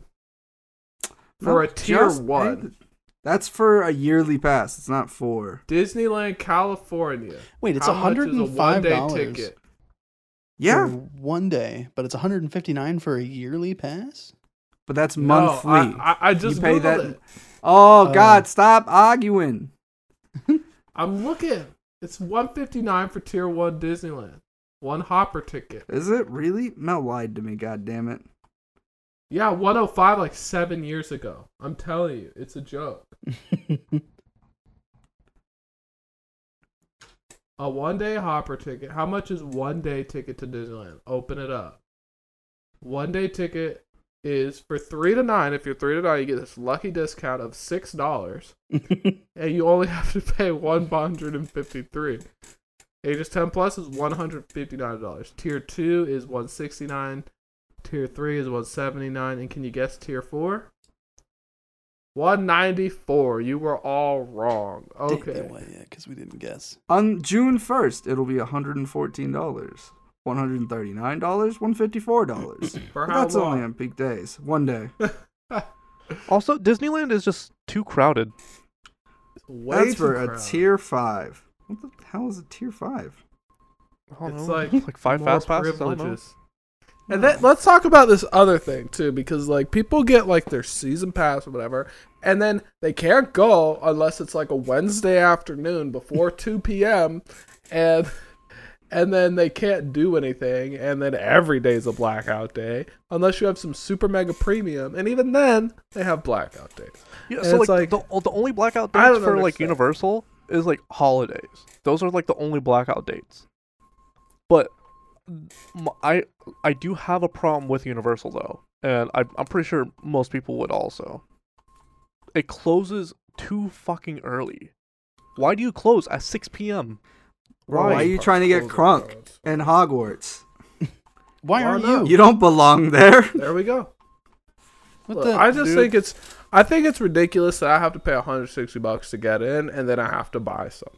S5: for a
S4: Not
S5: tier
S4: just-
S5: 1.
S4: That's for a yearly pass. It's not for.
S5: Disneyland California.
S2: Wait, it's
S5: How much is a
S2: $105
S4: Yeah,
S2: for one day, but it's 159 for a yearly pass.
S4: but that's
S5: No,
S4: monthly.
S5: I, uh, I, I just
S4: you pay
S5: Googled
S4: that.
S5: It.
S4: Oh
S2: Oh.
S4: God! Stop arguing.
S5: I'm looking. It's 159 for tier 1 Disneyland. One hopper ticket.
S4: Is it really? Mel lied to me. God damn it.
S5: Yeah, 105 like 7 years ago. I'm telling you, it's a joke. A one day hopper ticket. How much is one day ticket to Disneyland? Open it up. One day ticket is for three to nine. If you're three to nine, you get this lucky discount of six dollars, and you only have to pay one hundred and fifty three. Ages ten plus is one hundred fifty nine dollars. Tier two is one sixty nine. Tier three is one seventy nine. And can you guess tier four? One ninety four. You were all wrong. Okay.
S2: because we didn't guess.
S4: On June first, it'll be hundred and fourteen dollars, one hundred and thirty nine dollars, one fifty four dollars.
S5: For how
S4: That's
S5: long?
S4: only on peak days. One day.
S3: Also, Disneyland is just too crowded.
S5: Way
S4: That's
S5: too
S4: for
S5: crowded.
S4: a tier five. What the hell is a tier five?
S3: I don't
S5: It's
S3: know,
S5: like
S3: five
S5: more
S3: fast passes. I don't know.
S5: privileges. And then let's talk about this other thing too, because like people get like their season pass or whatever, and then they can't go unless it's like a Wednesday afternoon before two p.m. and and then they can't do anything, and then every day's a blackout day unless you have some super mega premium, and even then they have blackout days.
S3: Yeah,
S5: And
S3: so
S5: it's
S3: like,
S5: like-
S3: the the only blackout
S5: I
S3: dates
S5: don't
S3: for like
S5: understand.
S3: Universal is like holidays. Those are like the only blackout dates. But m- I I do have a problem with Universal though, and I, I'm pretty sure most people would also. It closes too fucking early. Why do you close at 6 p.m.?
S4: Why are you trying to get crunk in Hogwarts?
S2: Why
S5: Why
S2: aren't
S5: not?
S2: you?
S4: You don't belong there.
S5: There we go.
S2: What
S5: Look,
S2: the-
S5: I just
S2: dude?
S5: think it's I think it's ridiculous that I have to pay 160 bucks to get in and then I have to buy some.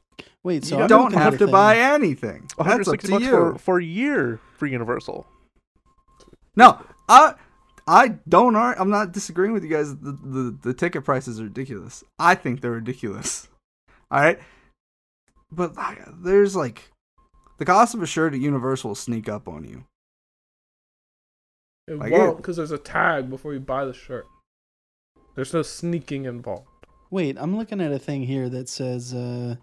S2: Wait, so
S4: you
S2: I'm
S4: don't
S2: looking at
S4: have
S2: a
S4: to
S2: thing.
S4: buy anything. That's up
S3: 160
S4: to
S3: bucks
S4: you.
S3: for, for a year for Universal.
S4: No, I I don't. ar- I'm not disagreeing with you guys. The, the the ticket prices are ridiculous. I think they're ridiculous. All right, but like, there's like the cost of a shirt at Universal will sneak up on you.
S5: It
S4: I get
S5: won't
S4: it.
S5: because there's a tag before you buy the shirt. There's no sneaking involved.
S2: Wait, I'm looking at a thing here that says uh,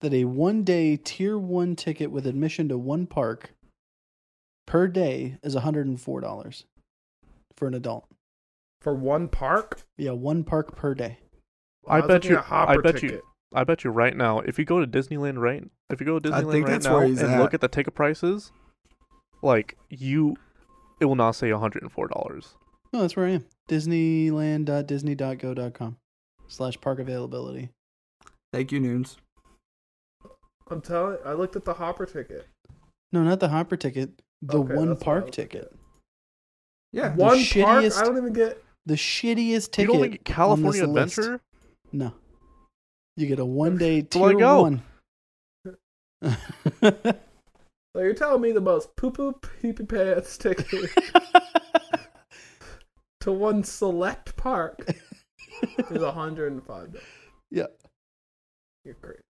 S2: that a one day tier one ticket with admission to one park per day is $104 for an adult.
S5: For one park,
S2: Yeah, one park per day.
S3: I
S5: was
S3: bet
S5: looking
S3: you-
S5: at Hopper
S3: I bet you-
S5: ticket.
S3: I bet you right now, if you go to Disneyland right, if you go to
S4: I
S3: Disneyland
S4: think
S3: right
S4: that's
S3: now
S4: where
S3: and
S4: he's at.
S3: look at the ticket prices, like you, it will not say one hundred and four dollars.
S2: No, that's where I am. Disneyland.disney.go.com slash park availability.
S4: Thank you, Noons.
S5: I'm telling. I looked at the hopper ticket.
S2: No, not the hopper ticket. The
S5: Okay,
S2: one
S5: that's what I was
S2: park
S5: looking
S2: ticket.
S5: at.
S4: Yeah,
S5: one park.
S2: shittiest-
S5: I don't even get.
S2: The shittiest
S3: You
S2: ticket.
S3: don't
S2: on
S3: think
S2: this
S3: California
S2: list.
S3: Adventure?
S2: No. You get a one day
S3: So I
S2: tier
S3: go.
S2: one.
S5: So you're telling me the most poo poo pee pee pants ticket to one select park is 105.
S2: yeah.
S5: You're crazy.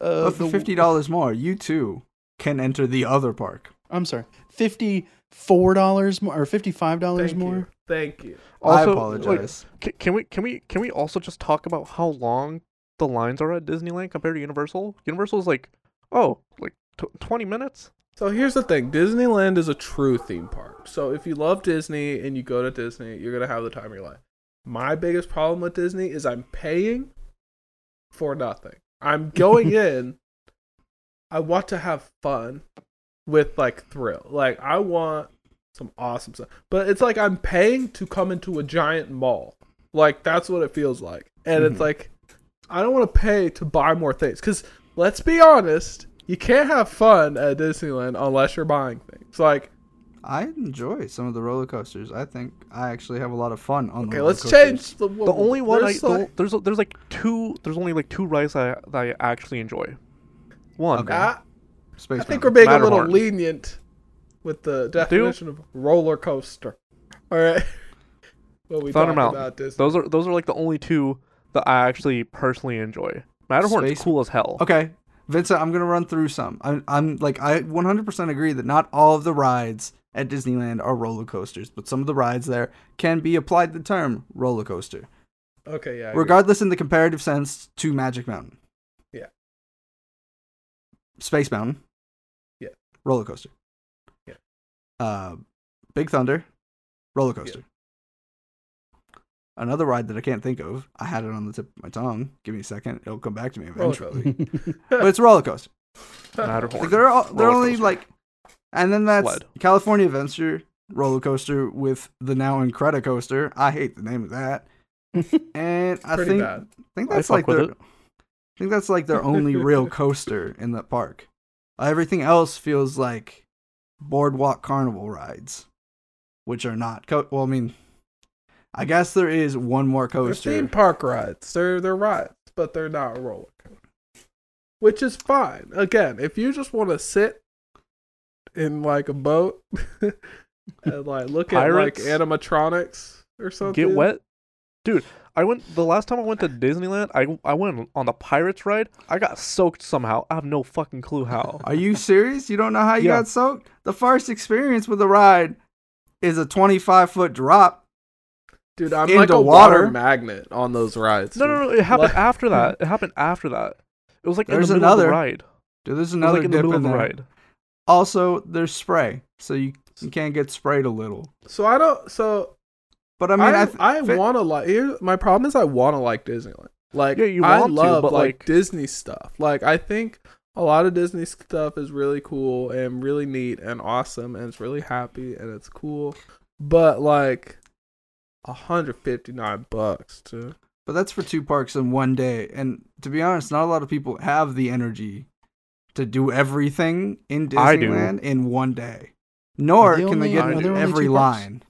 S2: Uh,
S4: but for
S2: the-
S4: fifty dollars more, you too can enter the other park.
S2: I'm sorry. Fifty four dollars more or fifty five dollars
S5: Thank
S2: more.
S5: you. Thank you.
S4: I
S3: Also,
S4: apologize.
S3: Like, ca- can we can we can we also just talk about how long the lines are at Disneyland compared to Universal? Universal is like, oh, like t- twenty minutes.
S5: So here's the thing Disneyland is a true theme park. So if you love Disney and you go to Disney, you're going to have the time of your life. My biggest problem with Disney is I'm paying for nothing. I'm going in. I want to have fun with like thrill. Like I want some awesome stuff. But it's like I'm paying to come into a giant mall. Like that's what it feels like. And it's like I don't want to pay to buy more things cuz let's be honest, you can't have fun at Disneyland unless you're buying things. Like
S4: I enjoy some of the roller coasters. I think I actually have a lot of fun on.
S5: okay,
S4: roller
S5: let's
S4: coasters.
S5: change the
S3: The only one
S5: there's
S3: I
S5: like,
S3: the- there's there's like two there's only like two rides that I, that I actually enjoy. One,
S4: Okay.
S5: that
S4: Space
S5: I think we're being
S4: Mountain.
S5: a little
S3: Matterhorn.
S5: lenient with the definition of roller coaster. All right. Well, we
S3: Thunder
S5: talked
S3: Mountain.
S5: about this.
S3: Those are those are like the only two that I actually personally enjoy. Matterhorn's
S4: Space-
S3: cool as hell.
S4: Okay, Vincent, I'm gonna run through some. I'm, I'm like I 100% agree that not all of the rides at Disneyland are roller coasters, but some of the rides there can be applied the term roller coaster,
S5: Okay, yeah. I agree.
S4: regardless in the comparative sense to Magic Mountain.
S5: Yeah.
S4: Space Mountain.
S5: Yeah.
S4: Roller coaster.
S5: Yeah.
S4: Uh, Big Thunder, roller coaster. Another ride that I can't think of. I had it on the tip of my tongue. Give me a second; it'll come back to me
S5: Roller
S4: eventually.
S5: coaster.
S4: but it's a roller coaster.
S3: Matterhorn.
S4: Like they're all, they're
S3: roller
S4: only
S3: coaster.
S4: like, and then that's
S3: Sled.
S4: California Adventure roller coaster with the now Incredicoaster. I hate the name of that, and I
S5: Pretty
S4: think
S5: bad.
S4: think
S3: I
S4: that's
S3: fuck
S4: like
S3: with
S4: their,
S3: it.
S4: I think that's like their only real coaster in that park. Everything else feels like boardwalk carnival rides, which are not. Co- well, I mean, I guess there is one more
S5: They're theme
S4: coaster.
S5: park rides. They're they're rides, but they're not roller coasters. Which is fine. Again, if you just want to sit in like a boat and like look
S3: Pirates?
S5: at like animatronics or something.
S3: Get wet, dude. I went the last time I went to Disneyland. I I went on the Pirates ride. I got soaked somehow. I have no fucking clue how.
S4: Are you serious? You don't know how you
S3: Yeah.
S4: got soaked? The first experience with the ride is a 25 foot drop
S5: Dude, I'm
S4: Into
S5: like a
S4: water.
S5: water magnet on those rides.
S3: No, no, no. It happened
S5: Like-
S3: after that. It happened after that. It was like
S4: There's
S3: in the middle of
S4: another.
S3: the ride.
S4: Dude, there's
S3: It was
S4: another
S3: like in the
S4: dip
S3: middle
S4: in
S3: of the
S4: there.
S3: ride.
S4: Also, there's spray, so you, you can't get sprayed a little.
S5: So I don't. So
S4: But I
S5: I
S4: mean, I,
S5: I,
S4: th- fi-
S5: want to like. Here, my problem is I want to like Disneyland. Like
S3: Yeah, you
S5: I
S3: want to,
S5: love
S3: but,
S5: like,
S3: like-
S5: Disney stuff. Like I think a lot of Disney stuff is really cool and really neat and awesome and it's really happy and it's cool. But like, hundred fifty nine bucks to
S4: But that's for two parks in one day. And to be honest, not a lot of people have the energy to do everything in
S3: I do.
S4: Disneyland in one day. Nor
S2: Are they
S4: can
S2: only-
S4: they get
S3: are there
S4: in
S2: only
S4: every
S2: two parks?
S4: line.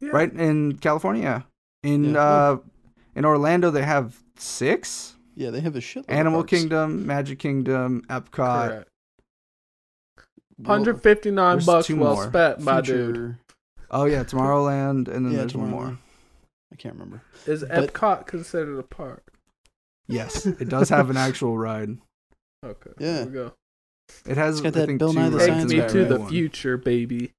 S5: yeah.
S4: Right in California, in
S2: Yeah.
S4: uh, in Orlando, they have six:
S2: yeah, they have a shit.
S4: Animal Kingdom, Magic Kingdom, Epcot.
S5: Correct. Hundred fifty nine
S4: there's
S5: bucks
S4: two
S5: well
S4: more.
S5: spent, my dude.
S4: Oh yeah, Tomorrowland, and then
S2: yeah,
S4: there's one
S2: tomorrow.
S4: more.
S2: I can't remember.
S5: Is
S2: But-
S5: Epcot considered a park?
S4: Yes, it does have an actual ride.
S5: Okay.
S2: Yeah.
S5: Here we go.
S4: It has
S2: It's got
S4: I
S2: that
S4: think,
S2: Bill
S4: two
S2: Nye the
S4: rides.
S5: Take
S2: Science
S5: me
S2: Guy
S5: to
S2: right
S5: the
S4: One.
S5: future, baby.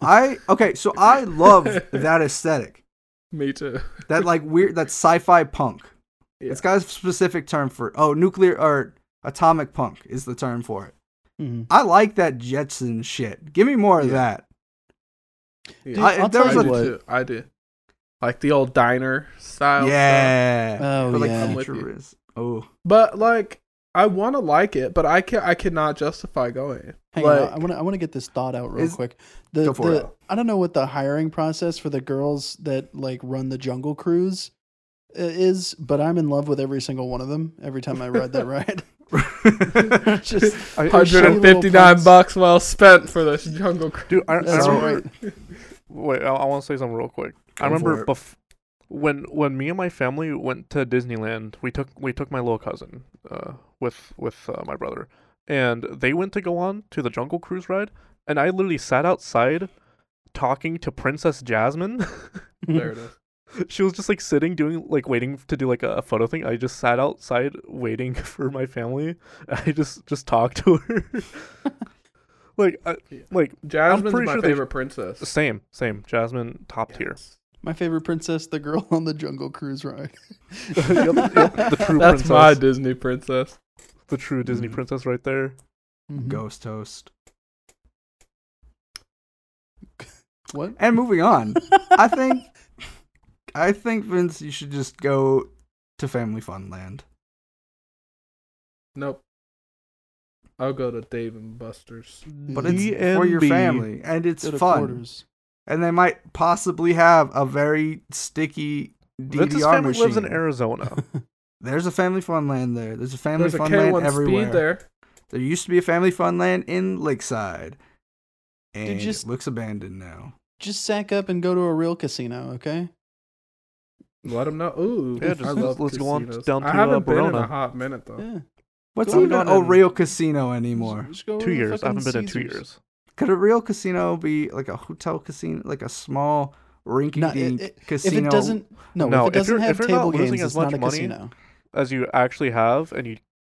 S4: I okay, so I love that aesthetic.
S5: Me too.
S4: That like weird that sci-fi punk.
S5: Yeah.
S4: It's got a specific term for it. Oh, nuclear or atomic punk is the term for it.
S2: Mhm.
S4: I like that Jetson shit. Give me more of
S5: Yeah.
S4: that.
S5: Yeah.
S2: Dude,
S4: I-
S2: I'll
S4: there
S2: tell
S5: I
S2: you
S5: do
S2: what.
S5: too. I do. Like the old diner style. stuff.
S4: yeah.
S2: Oh,
S4: But, like,
S2: yeah.
S5: I'm with you.
S4: futurist- Oh.
S5: But like, I want to like it, but I can I cannot justify going.
S2: Hang on,
S5: like-
S2: I want to I want to get this thought out real
S4: Is-
S2: quick. The,
S4: Go for
S2: the- I don't know what the hiring process for the girls that like run the Jungle Cruise uh, is, but I'm in love with every single one of them. Every time I ride that ride, just
S3: I-
S2: They're shitty little
S5: 159
S2: punks.
S5: bucks well spent for this jungle cruise.
S3: Dude, I, I
S2: that's
S3: remember.
S2: right.
S3: Wait, I, I want to say something real quick. I
S4: Go for
S3: remember
S4: it.
S3: bef- when when me and my family went to Disneyland. We took we took my little cousin uh, with with uh, my brother, and they went to go on to the Jungle Cruise ride. And I literally sat outside talking to Princess Jasmine.
S5: There it is.
S3: she was just like sitting doing like waiting to do like a, a photo thing. I just sat outside waiting for my family. I just just talked to her. like I,
S5: Yeah.
S3: like
S5: Jasmine's
S3: pretty
S5: my
S3: sure they-
S5: favorite princess.
S3: same same Jasmine top tier.
S2: My favorite princess, the girl on the Jungle Cruise ride.
S3: Yep, yep, the true
S5: That's
S3: princess.
S5: my Disney princess.
S3: the true Disney
S4: Mhm.
S3: princess right there.
S2: Mhm.
S4: Ghost host.
S2: What?
S4: And moving on. I think I think Vince you should just go to Family Funland.
S5: Nope. I'll go to Dave and Buster's.
S4: But it's for your
S3: DNB.
S4: family and it's
S2: Go to
S4: fun.
S2: quarters.
S4: and they might possibly have a very sticky DVR
S3: Vince's family
S4: machine.
S3: lives in Arizona.
S4: There's a family fun land there. There's a family
S5: There's a
S4: fun land
S5: K1
S4: everywhere.
S5: speed
S4: there.
S5: there.
S4: used to be a family fun land in Lakeside, and
S2: just-
S4: it looks abandoned now.
S2: Just sack up and go to a real casino, okay?
S5: Let them know. Ooh,
S3: Yeah, just-
S5: I love
S3: let's go on
S5: casinos.
S3: down
S5: I
S3: to, uh,
S5: haven't been in
S3: Verona.
S5: a hot minute though.
S2: Yeah.
S4: What's
S2: Going
S4: even
S2: on
S4: a
S2: in-
S4: real casino anymore?
S2: Just go
S3: Two
S2: to
S3: years. I
S2: Oh, fucking
S3: haven't been in two
S2: Caesars.
S3: years.
S4: Could a real casino be like a hotel casino, like a small
S2: No, it-
S4: rinky-dink
S2: it-
S4: casino?
S2: If it doesn't, no,
S3: No,
S2: if
S3: if
S2: it doesn't
S3: you're-
S2: have
S3: if you're not
S2: table
S3: losing
S2: games,
S3: as
S2: it's not
S3: much
S2: a
S3: money-
S2: casino.
S3: As you actually have, and you,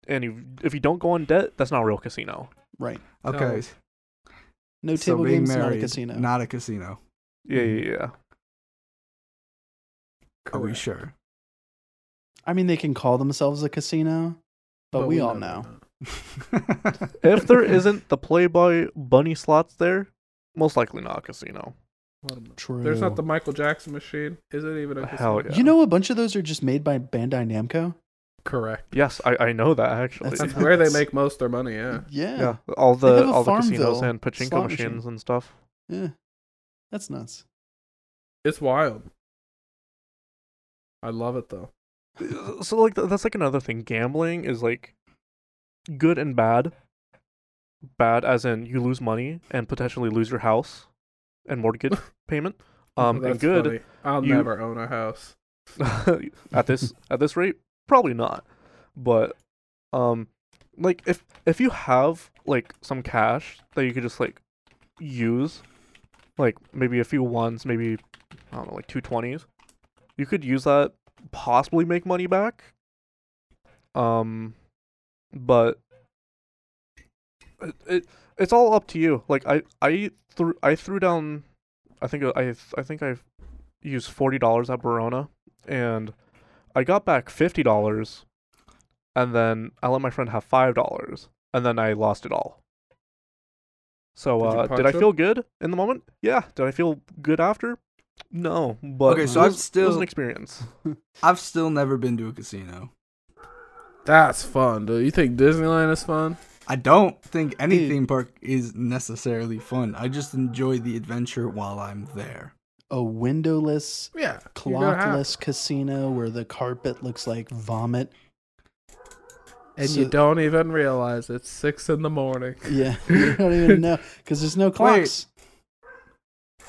S3: and you, if you don't go in debt, that's not a real casino.
S2: Right.
S4: okay,
S5: Hotels.
S2: No
S4: so
S2: table
S4: being
S2: games, not a
S4: married,
S2: casino.
S4: Not a casino.
S3: Yeah, yeah,
S4: Mm-hmm.
S3: yeah.
S4: Are we
S5: Correct.
S4: sure?
S2: I mean, they can call themselves a casino, but, we, all
S5: they're
S2: know.
S5: not.
S3: If there isn't the Playboy bunny slots there, most likely not a casino.
S5: Let 'em know.
S2: True.
S5: There's not the Michael Jackson machine. Is it even a
S3: Hell
S5: casino?
S3: yeah.
S2: You know, a bunch of those are just made by Bandai Namco.
S5: Correct.
S3: Yes, I, I know that actually.
S2: That's
S5: That's
S2: nuts.
S5: where they make most of their money. Yeah.
S2: Yeah,
S3: yeah, all
S2: They have
S3: the
S2: a
S3: all the casinos
S2: Farmville
S3: and pachinko
S2: slot
S3: machines
S2: machine.
S3: and stuff.
S2: yeah. That's nuts.
S5: It's wild. I love it though.
S3: Uh, So like th- that's like another thing. Gambling is like good and bad. Bad as in you lose money and potentially lose your house and mortgage payment. Um, and
S5: Oh, That's
S3: good
S5: funny. I'll
S3: you-
S5: never own a house.
S3: at this at this rate, probably not. But um, like if if you have like some cash that you could just like use, like maybe a few ones, maybe I don't know, like two twenties, you could use that possibly make money back. Um, but it, it it's all up to you. Like I I threw I threw down, I think I I think I used forty dollars at Barona, and I got back fifty dollars, and then I let my friend have five dollars, and then I lost it all. So
S5: Did you
S3: uh, did
S5: punch
S3: I
S5: him?
S3: feel good in the moment? Yeah. Did I feel good after? No, but
S4: Okay, so
S3: it
S4: I've
S3: was, it was
S4: still-
S3: an experience.
S4: I've still never been to a casino.
S5: That's fun, dude. You think Disneyland is fun?
S4: I don't think any
S2: Dude.
S4: theme park is necessarily fun. I just enjoy the adventure while I'm there.
S2: A windowless,
S5: Yeah. You're gonna have-
S2: clockless casino where the carpet looks like vomit.
S5: And
S2: So-
S5: you don't even realize it's six in the morning.
S2: Yeah, you don't even know because there's no clocks.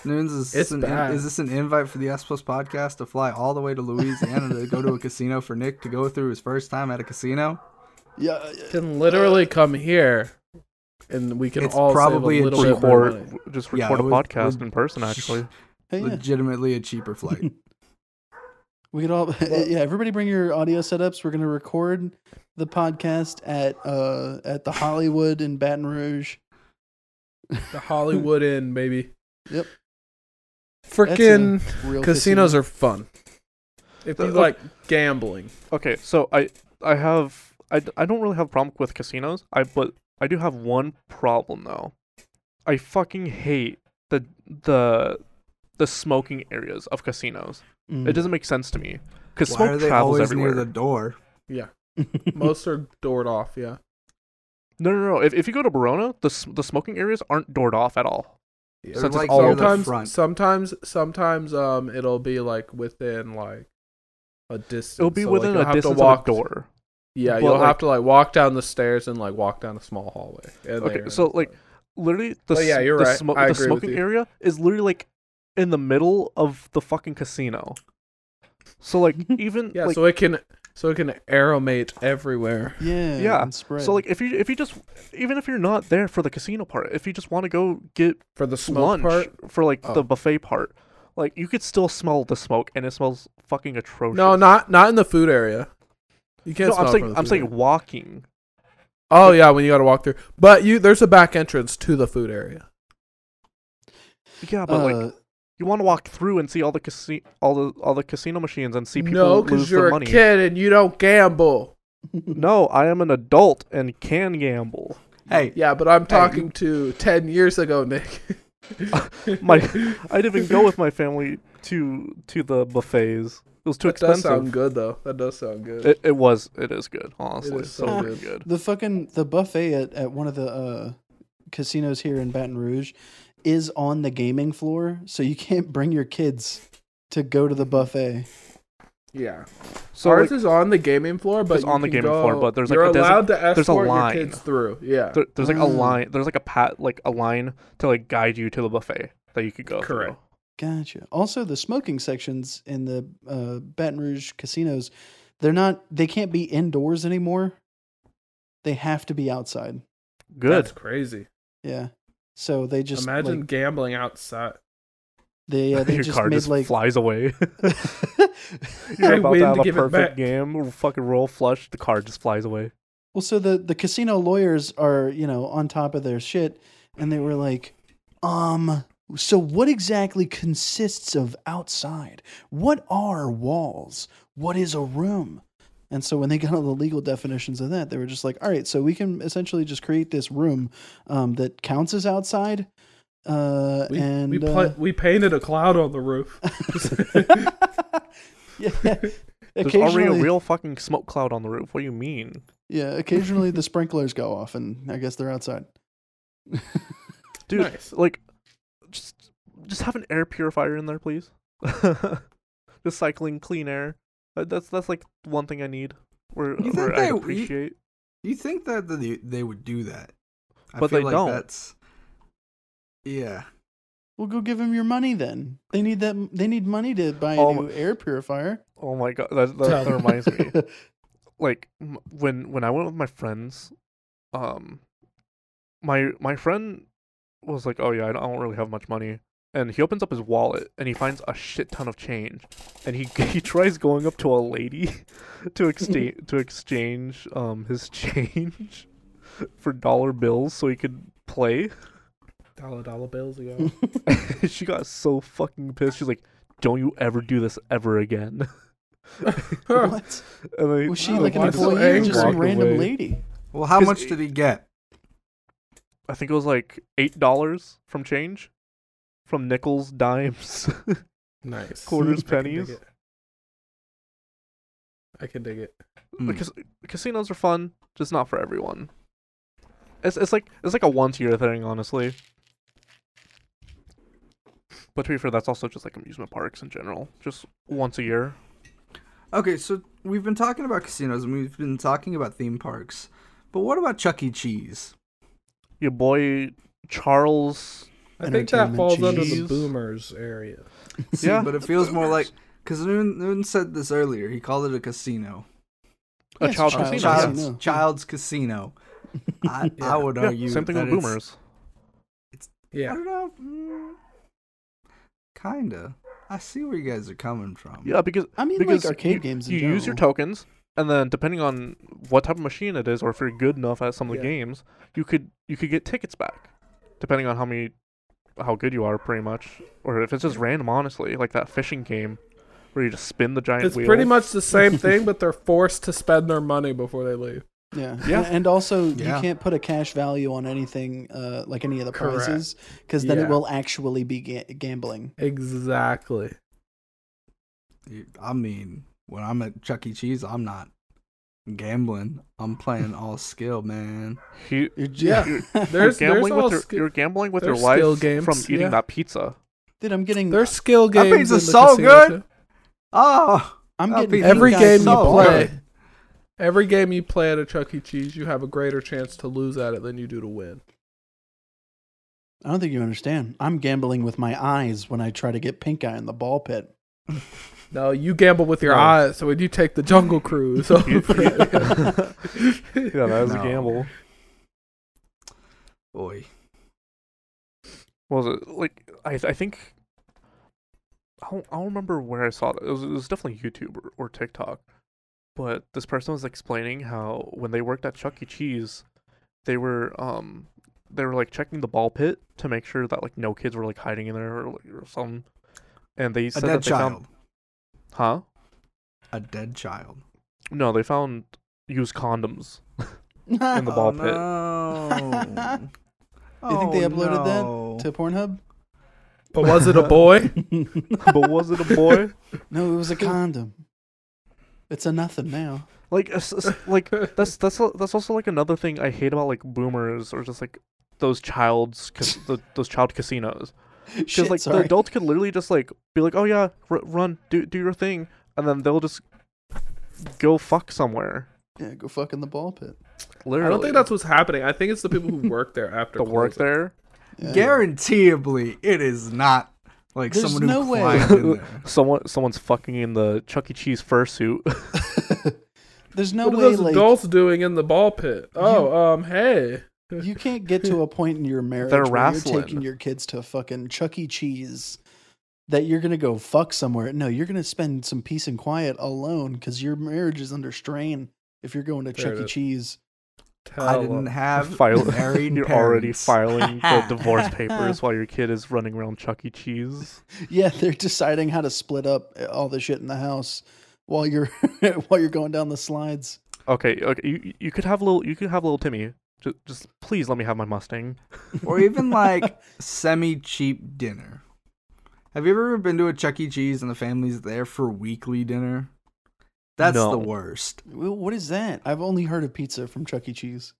S4: Noons, is,
S5: It's
S4: this an,
S5: bad.
S4: is this an invite for the S Plus podcast to fly all the way to Louisiana to go to a casino for Nick to go through his first time at a casino?
S2: Yeah, uh, yeah.
S5: Can literally come here, and we can
S4: It's
S5: all
S4: probably
S5: save a
S4: a
S5: little bit more money.
S3: record just
S4: Yeah,
S3: record a
S4: it was-
S3: podcast
S4: was-
S3: in person actually
S2: Hey, yeah.
S4: Legitimately a cheaper flight.
S2: We could all, yeah. Everybody, bring your audio setups. We're gonna record the podcast at uh at the Hollywood in Baton Rouge.
S5: The Hollywood Inn, maybe.
S2: Yep.
S5: Freaking
S2: Real
S5: casinos are fun. If you
S3: Uh,
S5: like gambling,
S3: okay so i i have I, d- I don't really have a problem with casinos i but i do have one problem though i fucking hate the the the smoking areas of casinos
S5: Mm.
S3: it doesn't make sense to me because
S4: Why are
S3: smoke
S4: they
S3: travels
S4: always
S3: everywhere
S4: near the door?
S2: Mm.
S5: most are doored off. Yeah.
S3: no no no if, if you go to Barona, the, s- the smoking areas aren't doored off at all
S4: They're
S3: Since it's
S4: like
S3: all
S4: near
S3: over.
S4: the
S5: sometimes,
S4: front.
S5: sometimes, sometimes, um, it'll be like within like a distance.
S3: it'll be
S5: So, like,
S3: within
S5: you'll
S3: a
S5: have to
S3: distance
S5: walk-
S3: of a door
S5: Yeah,
S3: But,
S5: you'll have
S3: like-
S5: to like walk down the stairs and like walk down a small hallway. and
S3: Okay,
S5: there
S3: so,
S5: it's,
S3: like, literally the,
S5: Well, Oh, yeah,
S3: s-
S5: you're
S3: the,
S5: right.
S3: smo-
S5: I
S3: the
S5: agree with
S3: smoking
S5: you.
S3: area is literally like in the middle of the fucking casino. So like even
S5: yeah,
S3: like,
S5: so it can so it can aeromate everywhere.
S2: Yeah.
S3: Yeah,
S2: and spread.
S3: so like if you if you just even if you're not there for the casino part, if you just want to go get
S5: for the smoke
S3: lunch
S5: part.
S3: for like
S5: Oh.
S3: the buffet part, like you could still smell the smoke and it smells fucking atrocious.
S5: No, not not in the food area. You can't.
S3: Oh, no,
S5: smell
S3: I'm
S5: it
S3: saying
S5: from the
S3: I'm
S5: food
S3: saying
S5: area.
S3: walking.
S5: Oh yeah, when you got to walk through. But you there's a back entrance to the food area.
S3: Yeah, but like
S2: Uh,
S3: you want to walk through and see all the casino all the all the casino machines and see people
S5: no,
S3: lose
S5: because you're
S3: their
S5: a
S3: money.
S5: kid and you don't gamble.
S2: Uh,
S3: No, I am an adult and can gamble.
S4: Hey,
S5: Yeah, but I'm talking to ten years ago, Nick.
S3: my I didn't even go with my family to to the buffets. It was too
S5: that does
S3: expensive.
S5: sound good though. That does sound good.
S3: It, it was it is good honestly.
S5: is so
S3: so
S5: good.
S3: good.
S2: the fucking the buffet at, at one of the uh, casinos here in Baton Rouge is on the gaming floor, so you can't bring your kids to go to the buffet.
S5: yeah.
S3: So
S5: Ours
S3: like,
S5: is on the gaming floor, but
S3: It's
S5: you
S3: on the
S5: can
S3: gaming floor,
S5: go-
S3: but there's, like,
S5: you're
S3: a design-
S5: allowed to escort
S3: there's a line.
S5: your kids through. Yeah,
S3: there, there's like a
S2: Ah.
S3: line. There's like a pat like a line to like guide you to the buffet that you could go. through.
S5: Correct.
S2: Gotcha. Also, the smoking sections in the uh, Baton Rouge casinos, they're not they can't be indoors anymore. They have to be outside.
S3: Good.
S5: That's crazy.
S2: Yeah. So they just
S5: Imagine
S2: like,
S5: gambling outside.
S2: they uh, they
S3: Your
S2: just
S3: car
S2: made
S3: just
S2: like
S3: flies away.
S5: I
S3: You're about
S5: win
S3: to
S5: to
S3: have a
S5: give it
S3: perfect
S5: back.
S3: game. Fucking roll flush. The car just flies away.
S2: Well, so the the casino lawyers are you know on top of their shit, and they were like, um, so what exactly consists of outside? What are walls? What is a room? And so when they got all the legal definitions of that, they were just like, all right, so we can essentially just create this room um, that counts as outside. Uh,
S5: We,
S2: and
S5: we, pla-
S2: uh,
S5: we painted a cloud on the roof.
S2: yeah,
S3: There's already a
S2: occasionally-
S3: real fucking smoke cloud on the roof. What do you mean?
S2: yeah, occasionally the sprinklers go off, and I guess they're outside.
S3: Dude,
S5: Nice.
S3: like just just have an air purifier in there, please. just cycling clean air. That- That's that's like one thing I need. Or,
S4: You
S3: or
S4: think
S3: I
S4: they- you-
S3: appreciate.
S4: You think that they, they would do that? I
S3: But
S4: feel
S3: they
S4: like
S3: don't.
S4: That's yeah.
S2: Well, go give them your money then. They need that. They need money to buy a
S3: Oh
S2: new air purifier.
S3: Oh my god, that that, that reminds me. Like m- when when I went with my friends, um, my my friend was like, "Oh yeah, I don't, I don't really have much money," and he opens up his wallet and he finds a shit ton of change, and he he tries going up to a lady to exchange to exchange um his change for dollar bills so he could play.
S5: dollar dollar bills ago.
S3: she got so fucking pissed. She's like, "Don't you ever do this ever again."
S2: what?
S3: And then-
S2: Was she
S5: Oh,
S2: like an
S5: why so
S2: employee or just some
S5: angry?
S2: random
S5: Walked away.
S2: lady?
S4: Well, how
S3: 'Cause
S4: much
S3: it-
S4: did he get?
S3: I think it was like eight dollars from change, from nickels, dimes,
S5: nice.
S3: quarters,
S5: I can dig
S3: pennies.
S5: it. I can dig it.
S4: Hmm.
S3: Because casinos are fun, just not for everyone. It's it's like it's like a once year thing, honestly. But to be fair, that's also just like amusement parks in general, just once a year.
S4: Okay, so we've been talking about casinos and we've been talking about theme parks, but what about Chuck E. Cheese?
S3: Your boy Charles,
S5: I think that
S2: Entertainment
S5: falls under the
S3: cheese.
S5: boomers area.
S4: See,
S3: Yeah.
S4: but it feels more like because Noon, Noon said this earlier. He called it a casino,
S3: a
S2: Yes,
S3: child
S2: Child's
S3: casino. yeah.
S4: child's,
S2: casino.
S4: child's casino. I,
S5: Yeah.
S4: I would
S3: Yeah,
S4: argue
S3: same thing
S4: that
S3: with
S4: it's-
S3: boomers.
S4: I
S5: Yeah.
S4: don't know. mm, kinda. I see where you guys are coming from.
S3: Yeah, because
S2: I mean,
S3: because
S2: like arcade
S3: you,
S2: games. In
S3: You use your
S2: general.
S3: tokens, and then depending on what type of machine it is, or if you're good enough at some of the
S5: Yeah.
S3: games, you could you could get tickets back, depending on how many how good you are, pretty much, or if it's just random, honestly, like that fishing game where you just spin the giant
S5: It's
S3: wheel.
S5: pretty much the same thing, but they're forced to spend their money before they leave.
S2: Yeah. yeah,
S3: Yeah.
S2: and also
S4: Yeah.
S2: you can't put a cash value on anything, uh, like any of the
S5: Correct.
S2: prizes, because then
S5: Yeah.
S2: it will actually be ga- gambling.
S5: Exactly.
S4: You- I mean, when I'm at Chuck E. Cheese, I'm not gambling. I'm playing all skill, man.
S3: You,
S2: You're,
S5: Yeah.
S3: are
S5: There's-
S3: gambling
S5: there's all
S3: with your,
S5: sk-
S3: you're gambling with your
S5: there's
S3: life
S5: skill
S3: from
S5: games,
S3: eating
S5: yeah.
S3: that pizza.
S2: dude, I'm getting
S5: Their skill
S4: That
S5: games.
S4: pizza's
S5: in the
S4: so
S5: casino,
S4: good!
S5: too.
S4: Oh,
S2: I'm
S4: I'll
S2: getting
S4: be-
S5: Every
S2: beat
S5: game
S2: guys
S5: you
S2: so
S5: play,
S2: hard.
S5: every game you play at a Chuck E. Cheese, you have a greater chance to lose at it than you do to win.
S2: I don't think you understand. I'm gambling with my eyes when I try to get pink eye in the ball pit.
S5: No, you gamble with your
S3: No.
S5: eyes. So when you take the Jungle Cruise,
S3: You-
S5: over-
S3: Yeah, that is
S4: No.
S3: a gamble.
S4: boy.
S3: What was it like? I I think I don't, I don't remember where I saw it. It was, it was definitely YouTube or, or TikTok, but this person was explaining how when they worked at Chuck E. Cheese, they were um they were like checking the ball pit to make sure that like no kids were like hiding in there or, like, or something, and they
S4: A
S3: said
S4: dead
S3: that they
S4: child.
S3: found huh
S4: A dead child.
S3: no they found used condoms in
S2: to
S3: the ball
S4: oh,
S3: pit.
S4: No.
S2: You think they
S4: Oh,
S2: uploaded that
S4: no.
S2: Pornhub.
S5: but was it a boy?
S3: but was it a boy?
S2: no, it was a condom. It's a nothing now.
S3: Like it's- it's- like that's that's al- that's also like another thing I hate about like boomers or just like those child's cas- the, those child casinos because
S2: Shit,
S3: like the
S2: sorry.
S3: adults could literally just like be like oh yeah r- run do do your thing and then they'll just go fuck somewhere
S2: yeah, go fuck in the ball pit.
S3: literally
S5: I don't think that's what's happening. I think it's the people who work there after
S3: the work
S5: closing.
S3: there
S2: Yeah.
S4: Guaranteeably, it is not like
S2: There's
S4: someone who
S2: no way.
S4: climbed in there.
S3: someone someone's fucking in the Chuck E Cheese fursuit
S2: There's no
S5: what are
S2: way
S5: those
S2: like
S5: adults doing in the ball pit? Oh, um, hey.
S2: you can't get to a point in your marriage
S3: They're
S2: where you're
S3: wrestling.
S2: taking your kids to fucking Chuck E. Cheese that you're gonna go fuck somewhere. No, you're gonna spend some peace and quiet alone because your marriage is under strain if you're going to
S5: There
S2: Chuck
S5: it
S2: E.
S5: is.
S2: Cheese.
S5: Tell
S2: Oh,
S4: I didn't
S5: 'em.
S4: have
S3: File-
S4: married
S3: You're already
S4: parents.
S3: filing the divorce papers while your kid is running around Chuck E. Cheese.
S2: Yeah, they're deciding how to split up all the shit in the house while you're while you're going down the slides.
S3: Okay, okay. You you could have little you could have little Timmy. Just, just please let me have my Mustang.
S4: or even like semi cheap dinner. Have you ever been to a Chuck E. Cheese and the family's there for weekly dinner? That's
S3: No.
S4: the worst.
S2: Well, What is that? I've only heard of pizza from Chuck E. Cheese.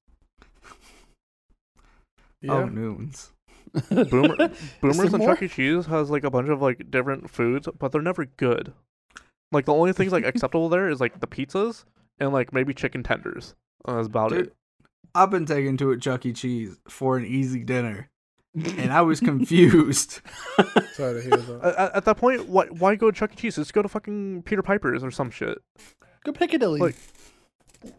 S5: Yeah.
S4: Oh, noons.
S3: Boomer,
S2: there
S3: Boomers and
S2: more?
S3: Chuck E. Cheese has like a bunch of like different foods, but they're never good. Like the only things like acceptable there is like the pizzas and like maybe chicken tenders. Uh, That's about
S4: Dude,
S3: it.
S4: I've been taken to a Chuck E. Cheese for an easy dinner, and I was confused.
S5: Sorry to hear that.
S3: At, at that point, why why go to Chuck E. Cheese? Just go to fucking Peter Piper's or some shit.
S2: Go Piccadilly.
S3: Like-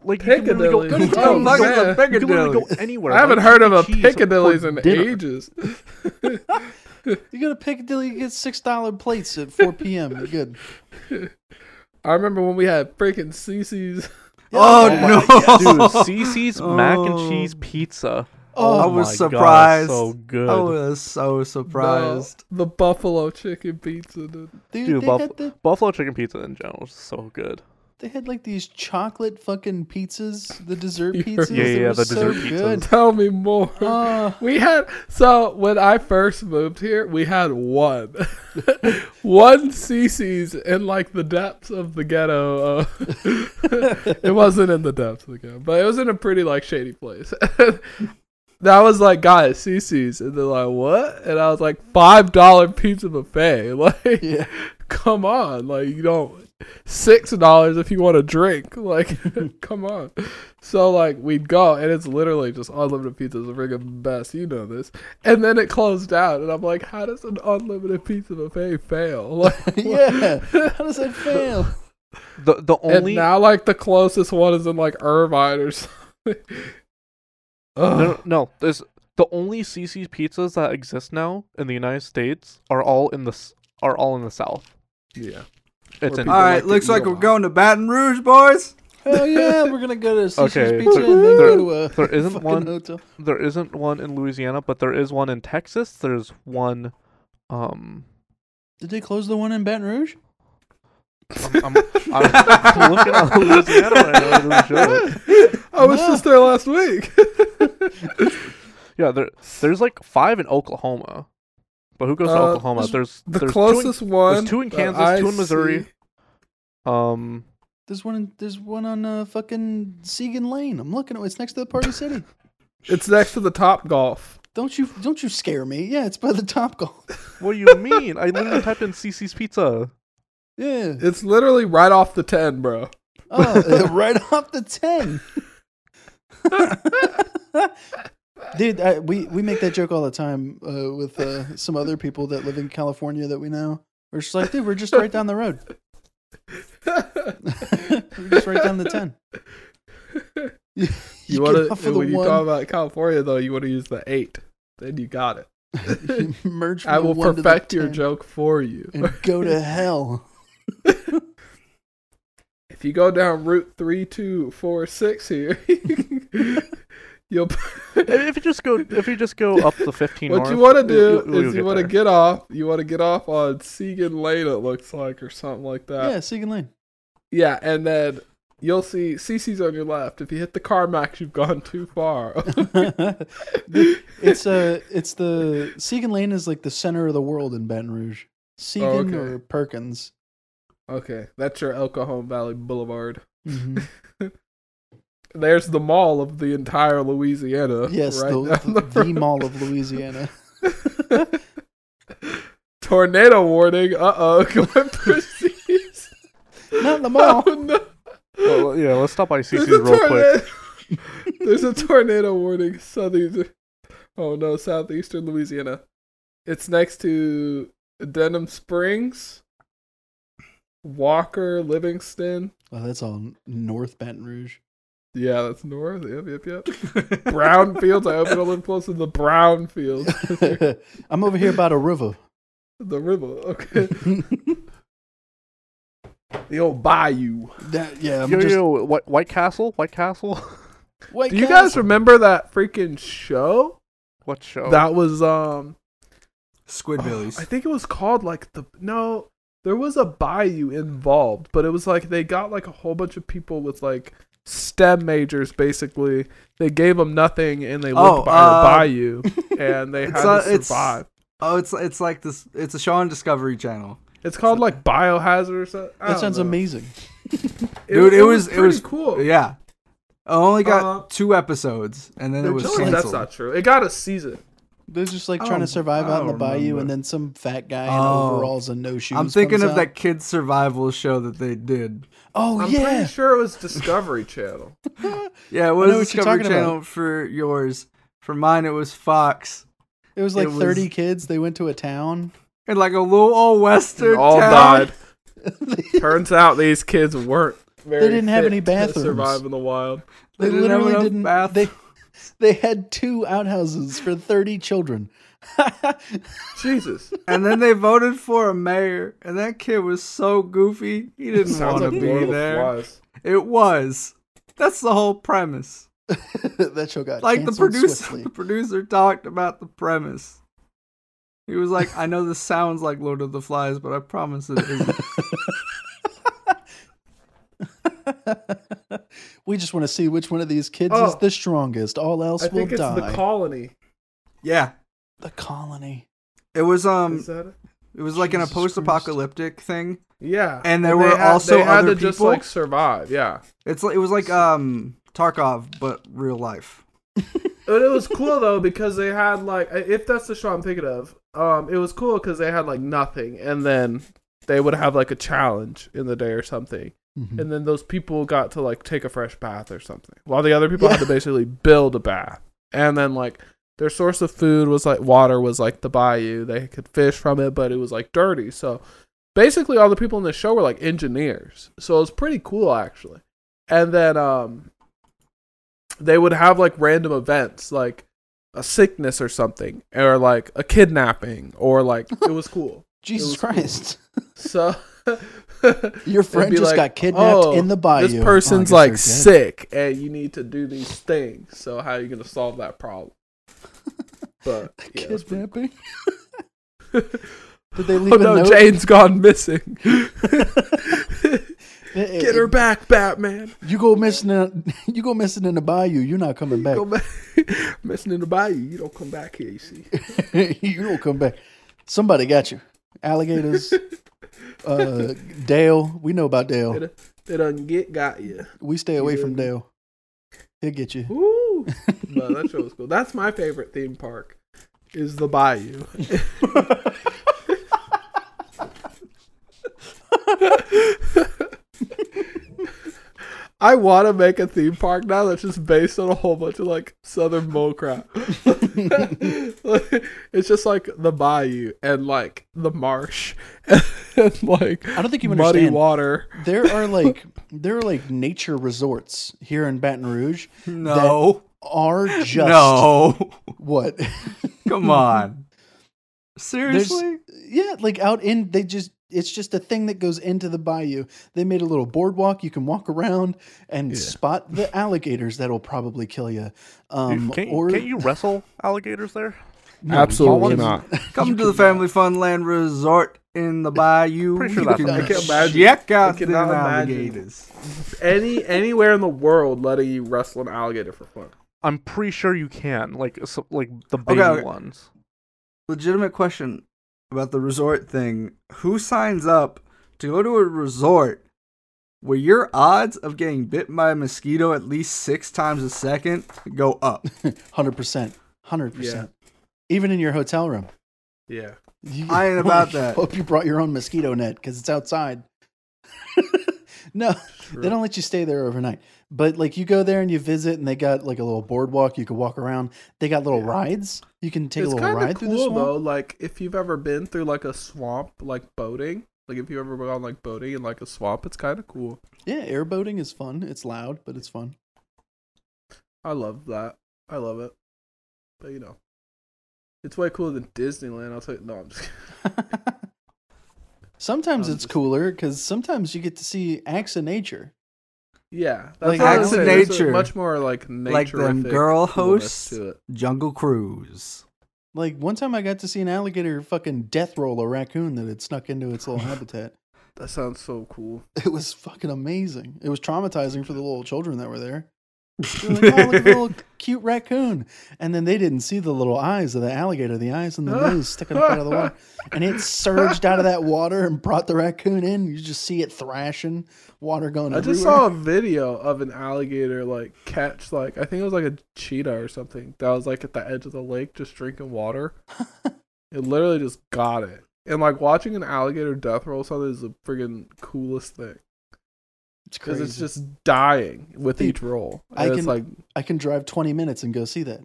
S3: Like you can literally go,
S5: Piccadilly's.
S3: you can
S5: Oh,
S3: literally
S5: man.
S3: go, you can literally go
S4: Piccadilly's.
S3: anywhere.
S5: I haven't
S3: Like,
S5: heard of a
S3: Chuck E. Cheese
S5: Piccadilly's
S3: for
S5: in
S3: dinner.
S5: ages.
S2: You go to Piccadilly, you get six dollar plates at four p.m. You're good.
S5: I remember when we had freaking CC's. uh,
S4: oh,
S2: Yeah.
S4: no!
S3: Dude, CC's mac and
S4: Oh.
S3: cheese pizza.
S2: Oh,
S4: I was
S3: my God,
S4: surprised.
S3: so good.
S4: I was so surprised.
S5: The, the buffalo chicken pizza. Dude.
S2: dude,
S3: Dude,
S2: they,
S3: buff-
S2: had the,
S3: Buffalo chicken pizza in general is so good.
S2: they had like these chocolate fucking pizzas, the dessert
S5: Yeah,
S2: pizzas.
S3: yeah,
S2: They
S3: yeah,
S2: were
S3: the
S2: so
S3: dessert
S2: good.
S5: Tell me more.
S2: Oh,
S5: We had so when I first moved here, we had one, one CC's in like the depths of the ghetto. Uh, it wasn't in the depths of the ghetto, but it was in a pretty like shady place. that was like guys CC's, and they're like what? And I was like five dollar pizza buffet. Like,
S2: Yeah.
S5: come on, like you don't six dollars if you want a drink. Like, come on. So like we'd go and it's literally just unlimited pizza is the friggin' best, you know this. And then it closed down and I'm like, how does an unlimited pizza buffet fail? Like
S2: yeah. How does that fail?
S3: The the
S5: and
S3: only
S5: now like the closest one is in like Irvine or something.
S3: no,
S5: Ugh.
S3: no, no, there's the only CC's pizzas that exist now in the United States are all in the s- are all in the South.
S5: Yeah.
S3: It's
S5: Or
S3: in
S5: people
S4: All right,
S5: like to
S4: looks
S5: eat
S4: like
S5: a
S4: we're
S5: lot.
S4: going to Baton Rouge, boys.
S2: Hell yeah, we're gonna go to Cece's
S3: Okay,
S2: Pizza
S3: there-
S2: and then
S3: there-
S2: go to a
S3: there isn't
S2: fucking
S3: one-
S2: hotel.
S3: there isn't one in Louisiana, but there is one in Texas. There's one. Um,
S2: Did they close the one in Baton Rouge?
S3: I'm, I'm, I'm looking at Louisiana right now. to make sure.
S5: I was
S2: No.
S5: just there last week.
S3: Yeah, there there's like five in Oklahoma, but who goes to
S5: Uh,
S3: Oklahoma?
S5: there's-
S3: There's
S5: The
S3: there's Two
S5: closest one
S3: there's two in
S5: that
S3: Kansas,
S5: I
S3: two in Missouri.
S5: see-
S3: in, um,
S2: There's one. In, there's one on uh, fucking Segan Lane. I'm looking at. It's next to the Party City.
S5: It's next to the Top Golf.
S2: Don't you? Don't you scare me? Yeah, it's by the Top Golf.
S3: what do you mean? I literally typed in CC's Pizza.
S2: Yeah.
S5: It's literally right off the ten, bro.
S2: Oh, right off the ten. Dude, I, we we make that joke all the time uh, with uh, some other people that live in California that we know. We're just like, dude, we're just right down the road. we're just right down the ten.
S5: You
S2: You, get
S5: want
S2: off
S5: to
S2: of the
S5: when you
S2: one,
S5: talk about California though, you want to use the eight. Then you got it.
S2: you merge. From
S5: I
S2: the
S5: will
S2: one to the
S5: perfect your
S2: 10
S5: joke for you.
S2: and go to hell.
S5: If you go down Route three two four six here, you'll.
S3: If if you just go, if you just go up the 15
S5: what you
S3: north,
S5: want to do
S3: you'll- you'll
S5: is you want to
S3: there.
S5: get off. You want to get off on Segan Lane, it looks like, or something like
S2: Yeah,
S5: that.
S2: Segan Lane.
S5: Yeah, and then you'll see CC's on your left. If you hit the Carmax, you've gone too far.
S2: The- it's uh, it's the Segan Lane is like the center of the world in Baton Rouge. Segan
S5: Oh, okay.
S2: or Perkins.
S5: okay, that's your El Cajon Valley Boulevard.
S2: Mhm.
S5: There's the mall of the entire Louisiana.
S2: Yes,
S5: right down
S2: the, the,
S5: road.
S2: Mall of Louisiana.
S5: Tornado warning. Uh oh. Going for C's.
S2: Not the mall.
S5: Oh, no.
S3: Well, yeah, let's stop by CC's
S5: There's a
S3: real quick.
S5: tornado. There's a tornado warning. Southeastern. Oh no, southeastern Louisiana. It's next to Denham Springs. Walker, Livingston.
S2: Well, that's all North Baton Rouge.
S5: Yeah, that's north. Yep, yep, yep. Brownfields. I hope you don't live close to the Brownfields.
S2: I'm over here by the river.
S5: the river. Okay. The old bayou.
S2: That- yeah, I'm
S3: yo,
S2: just-
S3: yo, White, White Castle, White Castle.
S2: White
S5: Do you
S2: Castle.
S5: guys remember that freaking show?
S3: what
S4: Oh.
S3: show?
S5: That was um
S4: Squidbillies.
S5: I think it was called like the no, there was a bayou involved, but it was like they got like a whole bunch of people with like STEM majors basically. They gave them nothing and they lived
S4: Oh,
S5: by
S4: uh,
S5: a bayou and they had
S4: It's,
S5: to
S4: uh, it's-
S5: survive.
S4: oh, it's it's like this. It's a show on Discovery Channel.
S5: It's, called like biohazard or something. I
S2: That
S5: don't
S2: sounds
S5: know.
S2: amazing.
S4: Dude, it was- it
S5: pretty
S4: was-
S5: cool.
S4: Yeah, I only got
S5: Uh,
S4: two episodes, and then it
S5: They're
S4: was
S5: telling me that's
S4: canceled.
S5: not true. It got a season.
S2: They're just like
S4: I
S2: trying to
S4: don't-
S2: survive
S4: I
S2: out in the
S4: don't
S2: bayou,
S4: remember.
S2: and then some fat guy in
S4: Oh.
S2: overalls and no shoes.
S4: I'm thinking
S2: comes
S4: of
S2: out.
S4: that kids survival show that they did.
S2: Oh
S5: I'm
S2: yeah,
S5: pretty sure it was Discovery Channel.
S4: Yeah, it
S2: know
S4: was
S2: what you're
S4: Discovery
S2: talking about.
S4: Channel for yours. For mine, it was Fox.
S2: it was like
S4: it was-
S2: 30 kids. They went to a town.
S4: And like a little old western
S5: all
S4: town.
S5: died.
S2: they
S5: Turns out these kids weren't. Very
S2: didn't have
S5: fit
S2: any
S5: to
S2: bathrooms.
S5: survive in the wild.
S4: They didn't have
S2: literally
S4: enough
S2: didn't.
S4: bath-
S2: They they had two outhouses for 30 children.
S5: Jesus,
S4: and then they voted for a mayor, and that kid was so goofy. He didn't want to
S5: like Lord
S4: be
S5: of the
S4: there.
S5: Flies.
S4: It was. That's the whole premise.
S2: that show got
S4: Like the
S2: canceled
S4: producer,
S2: swiftly.
S4: the producer talked about the premise. He was like, "I know this sounds like Lord of the Flies, but I promise it isn't."
S2: we just want to see which one of these kids is
S5: Oh.
S2: the strongest. All else
S5: I
S2: will
S5: think it's
S2: die.
S5: the colony.
S4: yeah,
S2: The colony.
S4: it was. Um,
S5: Is that it?
S4: it was like in a
S2: Jesus Christ.
S4: post-apocalyptic thing.
S5: Yeah,
S4: and there
S5: they
S4: were
S5: had-
S4: also
S5: they had
S4: other
S5: to just
S4: people?
S5: like survive. Yeah,
S4: It's like it was like um Tarkov, but real life.
S5: but it was cool though because they had like if that's the show I'm thinking of. Um, it was cool because they had like nothing, and then they would have like a challenge in the day or something,
S2: Mhm.
S5: and then those people got to like take a fresh bath or something, while the other people had to basically build a bath, and then like their source of food was like water was like the bayou. They could fish from it, but it was like dirty. So basically, all the people in the show were like engineers. So it was pretty cool actually. And then um, they would have like random events like a sickness or something, or like a kidnapping, or like it was cool.
S2: Jesus
S5: was cool.
S2: Christ.
S5: So.
S2: Your friend
S5: be like,
S2: just got kidnapped
S5: "Oh,
S2: in the bayou.
S5: this person's
S2: August
S5: like
S2: or dead.
S5: sick and you need to do these things so how are you going to solve that problem but yeah, that's pretty-
S2: Kidnapping? Did they leave
S5: oh
S2: a
S5: no
S2: note?
S5: jane's gone missing
S2: Eh,
S5: get her back batman
S2: You go missing. In, you go missing in the bayou. You're not coming back.
S5: go back missing in the bayou you don't come back here you see
S2: you don't come back. Somebody got you. Alligators. uh, Dale. We know about
S5: it,
S2: Dale.
S5: it doesn't get got you
S2: We stay away
S5: Yeah.
S2: from Dale. He'll get you.
S5: Ooh. no that show was cool that's my favorite theme park is the bayou I want to make a theme park now that's just based on a whole bunch of like southern bull crap. it's just like the bayou and like the marsh and like
S2: I don't think you
S5: muddy
S2: understand.
S5: water.
S2: There are like there are like nature resorts here in Baton Rouge
S4: No,
S2: are just
S4: no,
S2: what
S4: come on.
S2: There's-
S4: Seriously,
S2: yeah, like out in they just it's just a thing that goes into the bayou. They made a little boardwalk you can walk around and spot the alligators that'll probably kill you. Um,
S3: Dude, can't,
S2: or
S3: can't you wrestle alligators there?
S2: No,
S5: Absolutely
S2: you
S5: not.
S4: come to the Family Funland Resort in the Bayou.
S3: Pretty sure
S4: You
S3: that's
S4: can
S3: what
S5: I can't imagine.
S4: Check out
S5: I
S4: the
S5: cannot imagine.
S4: alligators.
S5: Any anywhere in the world letting you wrestle an alligator for fun.
S3: I'm pretty sure you can. Like so, like the baby
S4: okay.
S3: ones.
S4: Legitimate question about the resort thing: Who signs up to go to a resort? Where your odds of getting bit by a mosquito at least six times a second go up.
S2: Hundred percent, hundred percent. Even in your hotel room,
S5: Yeah.
S2: You-
S4: I ain't about that.
S2: Hope you brought your own mosquito net because it's outside. no,
S5: True.
S2: They don't let you stay there overnight. But like you go there and you visit and they got like a little boardwalk you can walk around. They got little rides. You can take
S5: it's
S2: a little
S5: kind
S2: ride
S5: of
S2: through the
S5: cool
S2: swamp.
S5: though. Like if you've ever been through like a swamp, like boating, Like if you ever go on like boating in like a swamp, it's kind of cool.
S2: Yeah, airboating is fun. It's loud, but it's fun.
S5: I love that. I love it. But you know, it's way cooler than Disneyland. I'll tell you. No, I'm just. Kidding.
S2: sometimes
S5: I'm
S2: it's
S5: just-
S2: cooler because sometimes you get to see acts of nature.
S5: Yeah, that's
S2: Like,
S5: what I
S2: acts
S5: was
S2: of
S5: saying. There's a
S4: nature.
S5: Much more like nature.
S4: Like them girl hosts.
S5: To it.
S4: Jungle Cruise.
S2: Like one time, I got to see an alligator fucking death roll a raccoon that had snuck into its little habitat.
S5: That sounds so cool.
S2: It was fucking amazing. It was traumatizing for the little children that were there. They were like, oh, look at the little cute raccoon. And then they didn't see the little eyes of the alligator, the eyes and the nose sticking up out of the water. And it surged out of that water and brought the raccoon in. You just see it thrashing, water going
S5: I
S2: everywhere.
S5: just saw a video of an alligator like catch like I think it was like a cheetah or something that was like at the edge of the lake just drinking water. it literally just got it. And like watching an alligator death roll something is the friggin' coolest thing
S2: It's
S5: because
S2: crazy.
S5: it's just dying with
S2: Dude,
S5: each roll.
S2: I
S5: And it's
S2: can-
S5: like
S2: I can drive 20 minutes and go see that.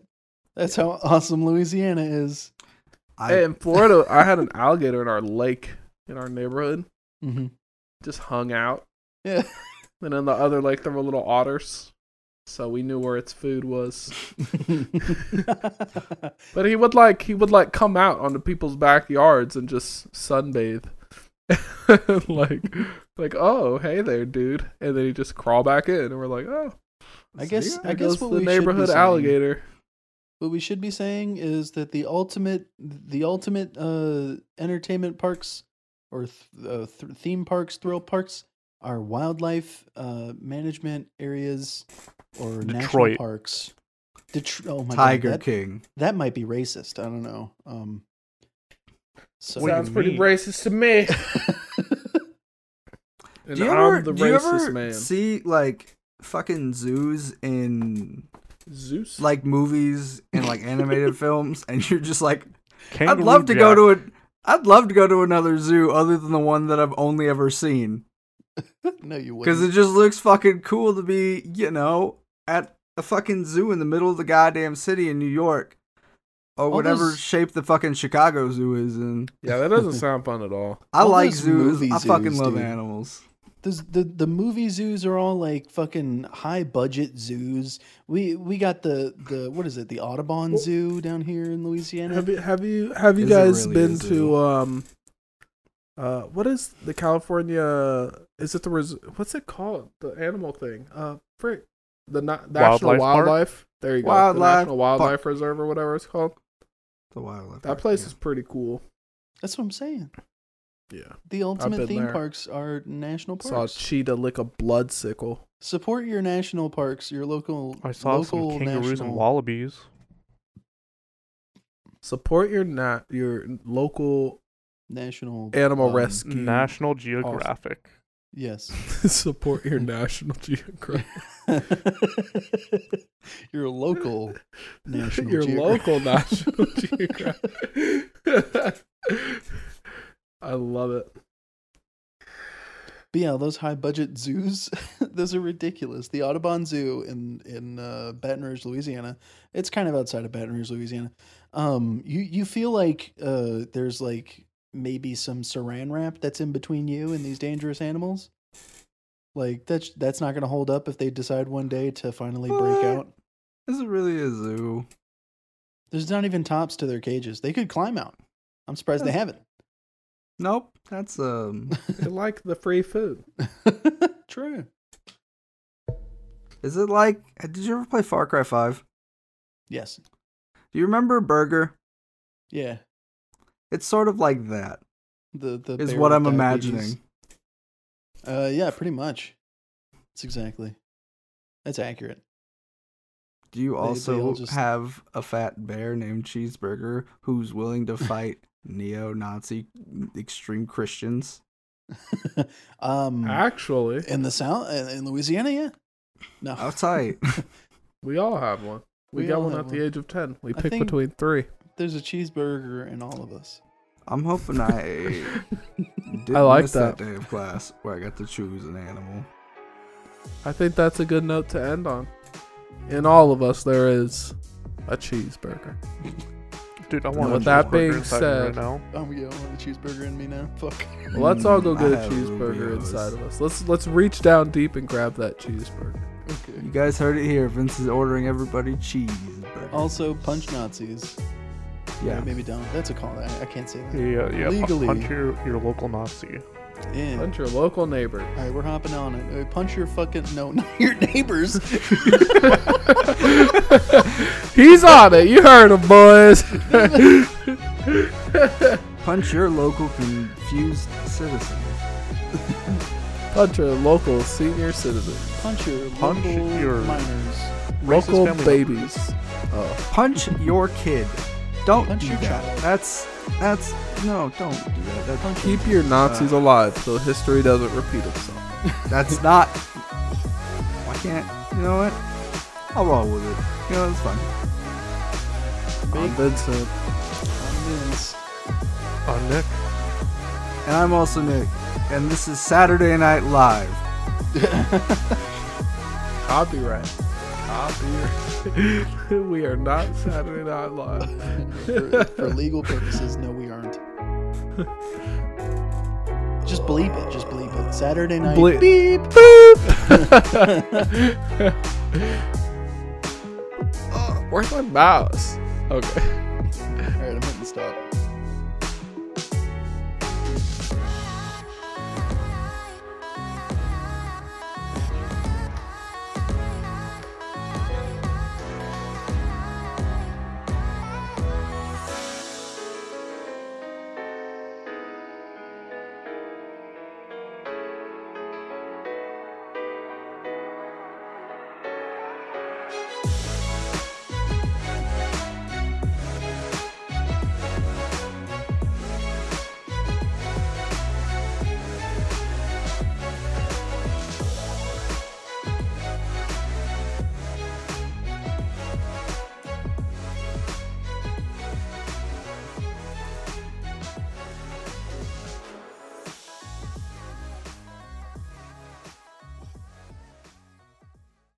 S2: That's how awesome Louisiana is.
S4: I,
S5: hey, in Florida, I had an alligator in our lake in our neighborhood,
S2: Mm-hmm.
S5: just hung out.
S2: Yeah.
S5: And in the other lake, there were little otters, so we knew where its food was. But he would like he would like come out onto people's backyards and just sunbathe. like like oh hey there dude and then he just crawl back in and we're like oh
S2: I guess-
S5: see,
S2: I
S5: there
S2: guess
S5: goes
S2: what
S5: the
S2: we should be
S5: neighborhood
S2: saying-
S5: alligator
S2: what we should be saying is that the ultimate, the ultimate uh, entertainment parks or th- uh, th- theme parks, thrill parks, are wildlife uh, management areas or national
S3: Detroit.
S2: parks. Detr- oh my
S4: Tiger
S2: god, that,
S4: King.
S2: that might be racist. I don't know. Um, so
S3: What do you
S5: sounds pretty
S3: mean?
S5: racist to me and
S4: do you
S5: I'm
S4: ever,
S5: the
S4: do you
S5: racist
S4: ever
S5: man
S4: see like fucking zoos in
S5: Zeus
S4: like movies and like animated films, and you're just like, I'd
S3: Kangaroo
S4: love to
S3: Jack.
S4: go to it. I'd love to go to another zoo other than the one that I've only ever seen
S2: no, you
S4: because
S2: wouldn't.
S4: it just looks fucking cool to be, you know, at a fucking zoo in the middle of the goddamn city in New York or whatever
S2: those-
S4: shape the fucking Chicago Zoo is in.
S5: yeah that doesn't sound fun at all
S4: I
S2: All
S4: like
S2: those
S4: zoos.
S2: movie
S4: I fucking
S2: zoos,
S4: love
S2: dude.
S4: animals.
S2: Those- the the movie zoos are all like fucking high budget zoos. We we got the the what is it? The Audubon
S5: Well-
S2: Zoo down here in Louisiana.
S5: Have you have you have you
S4: Is it
S5: guys
S4: really
S5: been
S4: a
S5: to
S4: zoo?
S5: um uh what is the California is it the res- what's it called the animal thing uh frick the na- national
S3: Wildlife Park?
S5: wildlife there you go
S4: Wildlife
S5: the national wildlife reserve or whatever it's called
S4: The wildlife.
S5: that place is pretty cool
S2: That's what I'm saying.
S5: yeah
S2: The ultimate
S5: been
S2: theme
S5: there.
S2: parks are national
S5: saw a
S2: parks.
S5: cheetah lick a blood sickle
S2: Support your national parks, your local.
S3: I saw
S2: local
S3: some kangaroos
S2: national,
S3: and wallabies.
S5: support your nat your local
S2: National
S5: animal
S2: um,
S5: rescue
S3: National Geographic.
S2: Yes.
S5: support your national geographic
S2: your local national.
S5: your
S2: Geographic.
S5: local national geographic i love it
S2: But yeah, those high budget zoos, those are ridiculous. The Audubon Zoo in in uh, Baton Rouge, Louisiana, it's kind of outside of Baton Rouge, Louisiana. Um, you you feel like uh, there's like maybe some Saran wrap that's in between you and these dangerous animals. Like that's that's not going to hold up if they decide one day to finally break
S4: What?
S2: out.
S4: Is it really a zoo?
S2: There's not even tops to their cages. They could climb out. I'm surprised they haven't.
S4: Nope. That's um.
S5: they like the free food
S2: True.
S4: Is it like? Did you ever play Far Cry Five?
S2: Yes.
S4: Do you remember Burger?
S2: Yeah.
S4: It's sort of like that.
S2: The the
S4: Is
S2: bear
S4: what
S2: with
S4: I'm
S2: diabetes.
S4: imagining.
S2: Uh, yeah, pretty much. That's exactly. That's accurate.
S4: Do you
S2: They- they
S4: also
S2: all just-
S4: have a fat bear named Cheeseburger who's willing to fight neo-Nazi extreme Christians?
S2: um,
S5: actually
S2: in the south, in in Louisiana, yeah. No,
S4: How tight.
S5: we all have one we,
S2: We
S5: got
S2: all
S5: one at
S2: have
S5: the
S2: one.
S5: age of 10 we
S2: I
S5: pick
S2: think-
S5: between three
S2: there's a cheeseburger in all of us.
S4: I'm hoping I didn't
S5: I like
S4: miss that. day of class where I got to choose an animal.
S5: i think that's a good note to end on in all of us there is a cheeseburger
S3: Dude, I want
S5: with
S3: a
S5: that
S3: cheeseburger
S5: being
S3: inside me
S5: said-
S3: right now.
S2: Oh yeah, I want a cheeseburger in me now. Fuck.
S5: Well, let's all go
S4: Mm,
S5: get
S4: I
S5: a
S4: have
S5: cheeseburger
S4: Rubios.
S5: inside of us. Let's let's reach down deep and grab that cheeseburger.
S2: Okay.
S4: You guys heard it here. Vince is ordering everybody cheeseburger.
S2: Also, punch Nazis.
S4: yeah.
S2: Maybe don't. That's a call. I, I can't say that.
S3: Yeah, yeah. pu-
S2: Legally.
S3: Punch your, your local Nazi.
S2: Yeah.
S5: Punch your local neighbor.
S2: All right, we're hopping on it. Uh, Punch your fucking no, not your neighbors.
S5: He's on it. You heard him, boys.
S4: Punch your local confused citizen.
S5: Punch your local senior citizen.
S2: Punch your
S3: Punch
S2: local
S3: your-
S2: minors.
S3: Racist
S5: Local
S3: family
S5: babies.
S4: Punch your kid. Don't
S2: Punch
S4: do
S2: your
S4: that.
S2: child.
S4: That's that's no. Don't do that. That's
S2: Punch
S5: Keep your Nazis alive so history doesn't repeat itself.
S4: That's not. I can't. You know what? I'll roll with it. You know, it's fine.
S5: I'm Vincent.
S2: your minors.
S3: Uh, Nick.
S4: And I'm also Nick. And this is Saturday Night Live.
S5: Copyright. Copyright. we are not Saturday Night Live.
S2: for, for legal purposes. No, we aren't. Just bleep it. Just bleep it. Saturday night.
S5: Ble- Beep. Boop. oh, where's my Uh, mouse? Okay.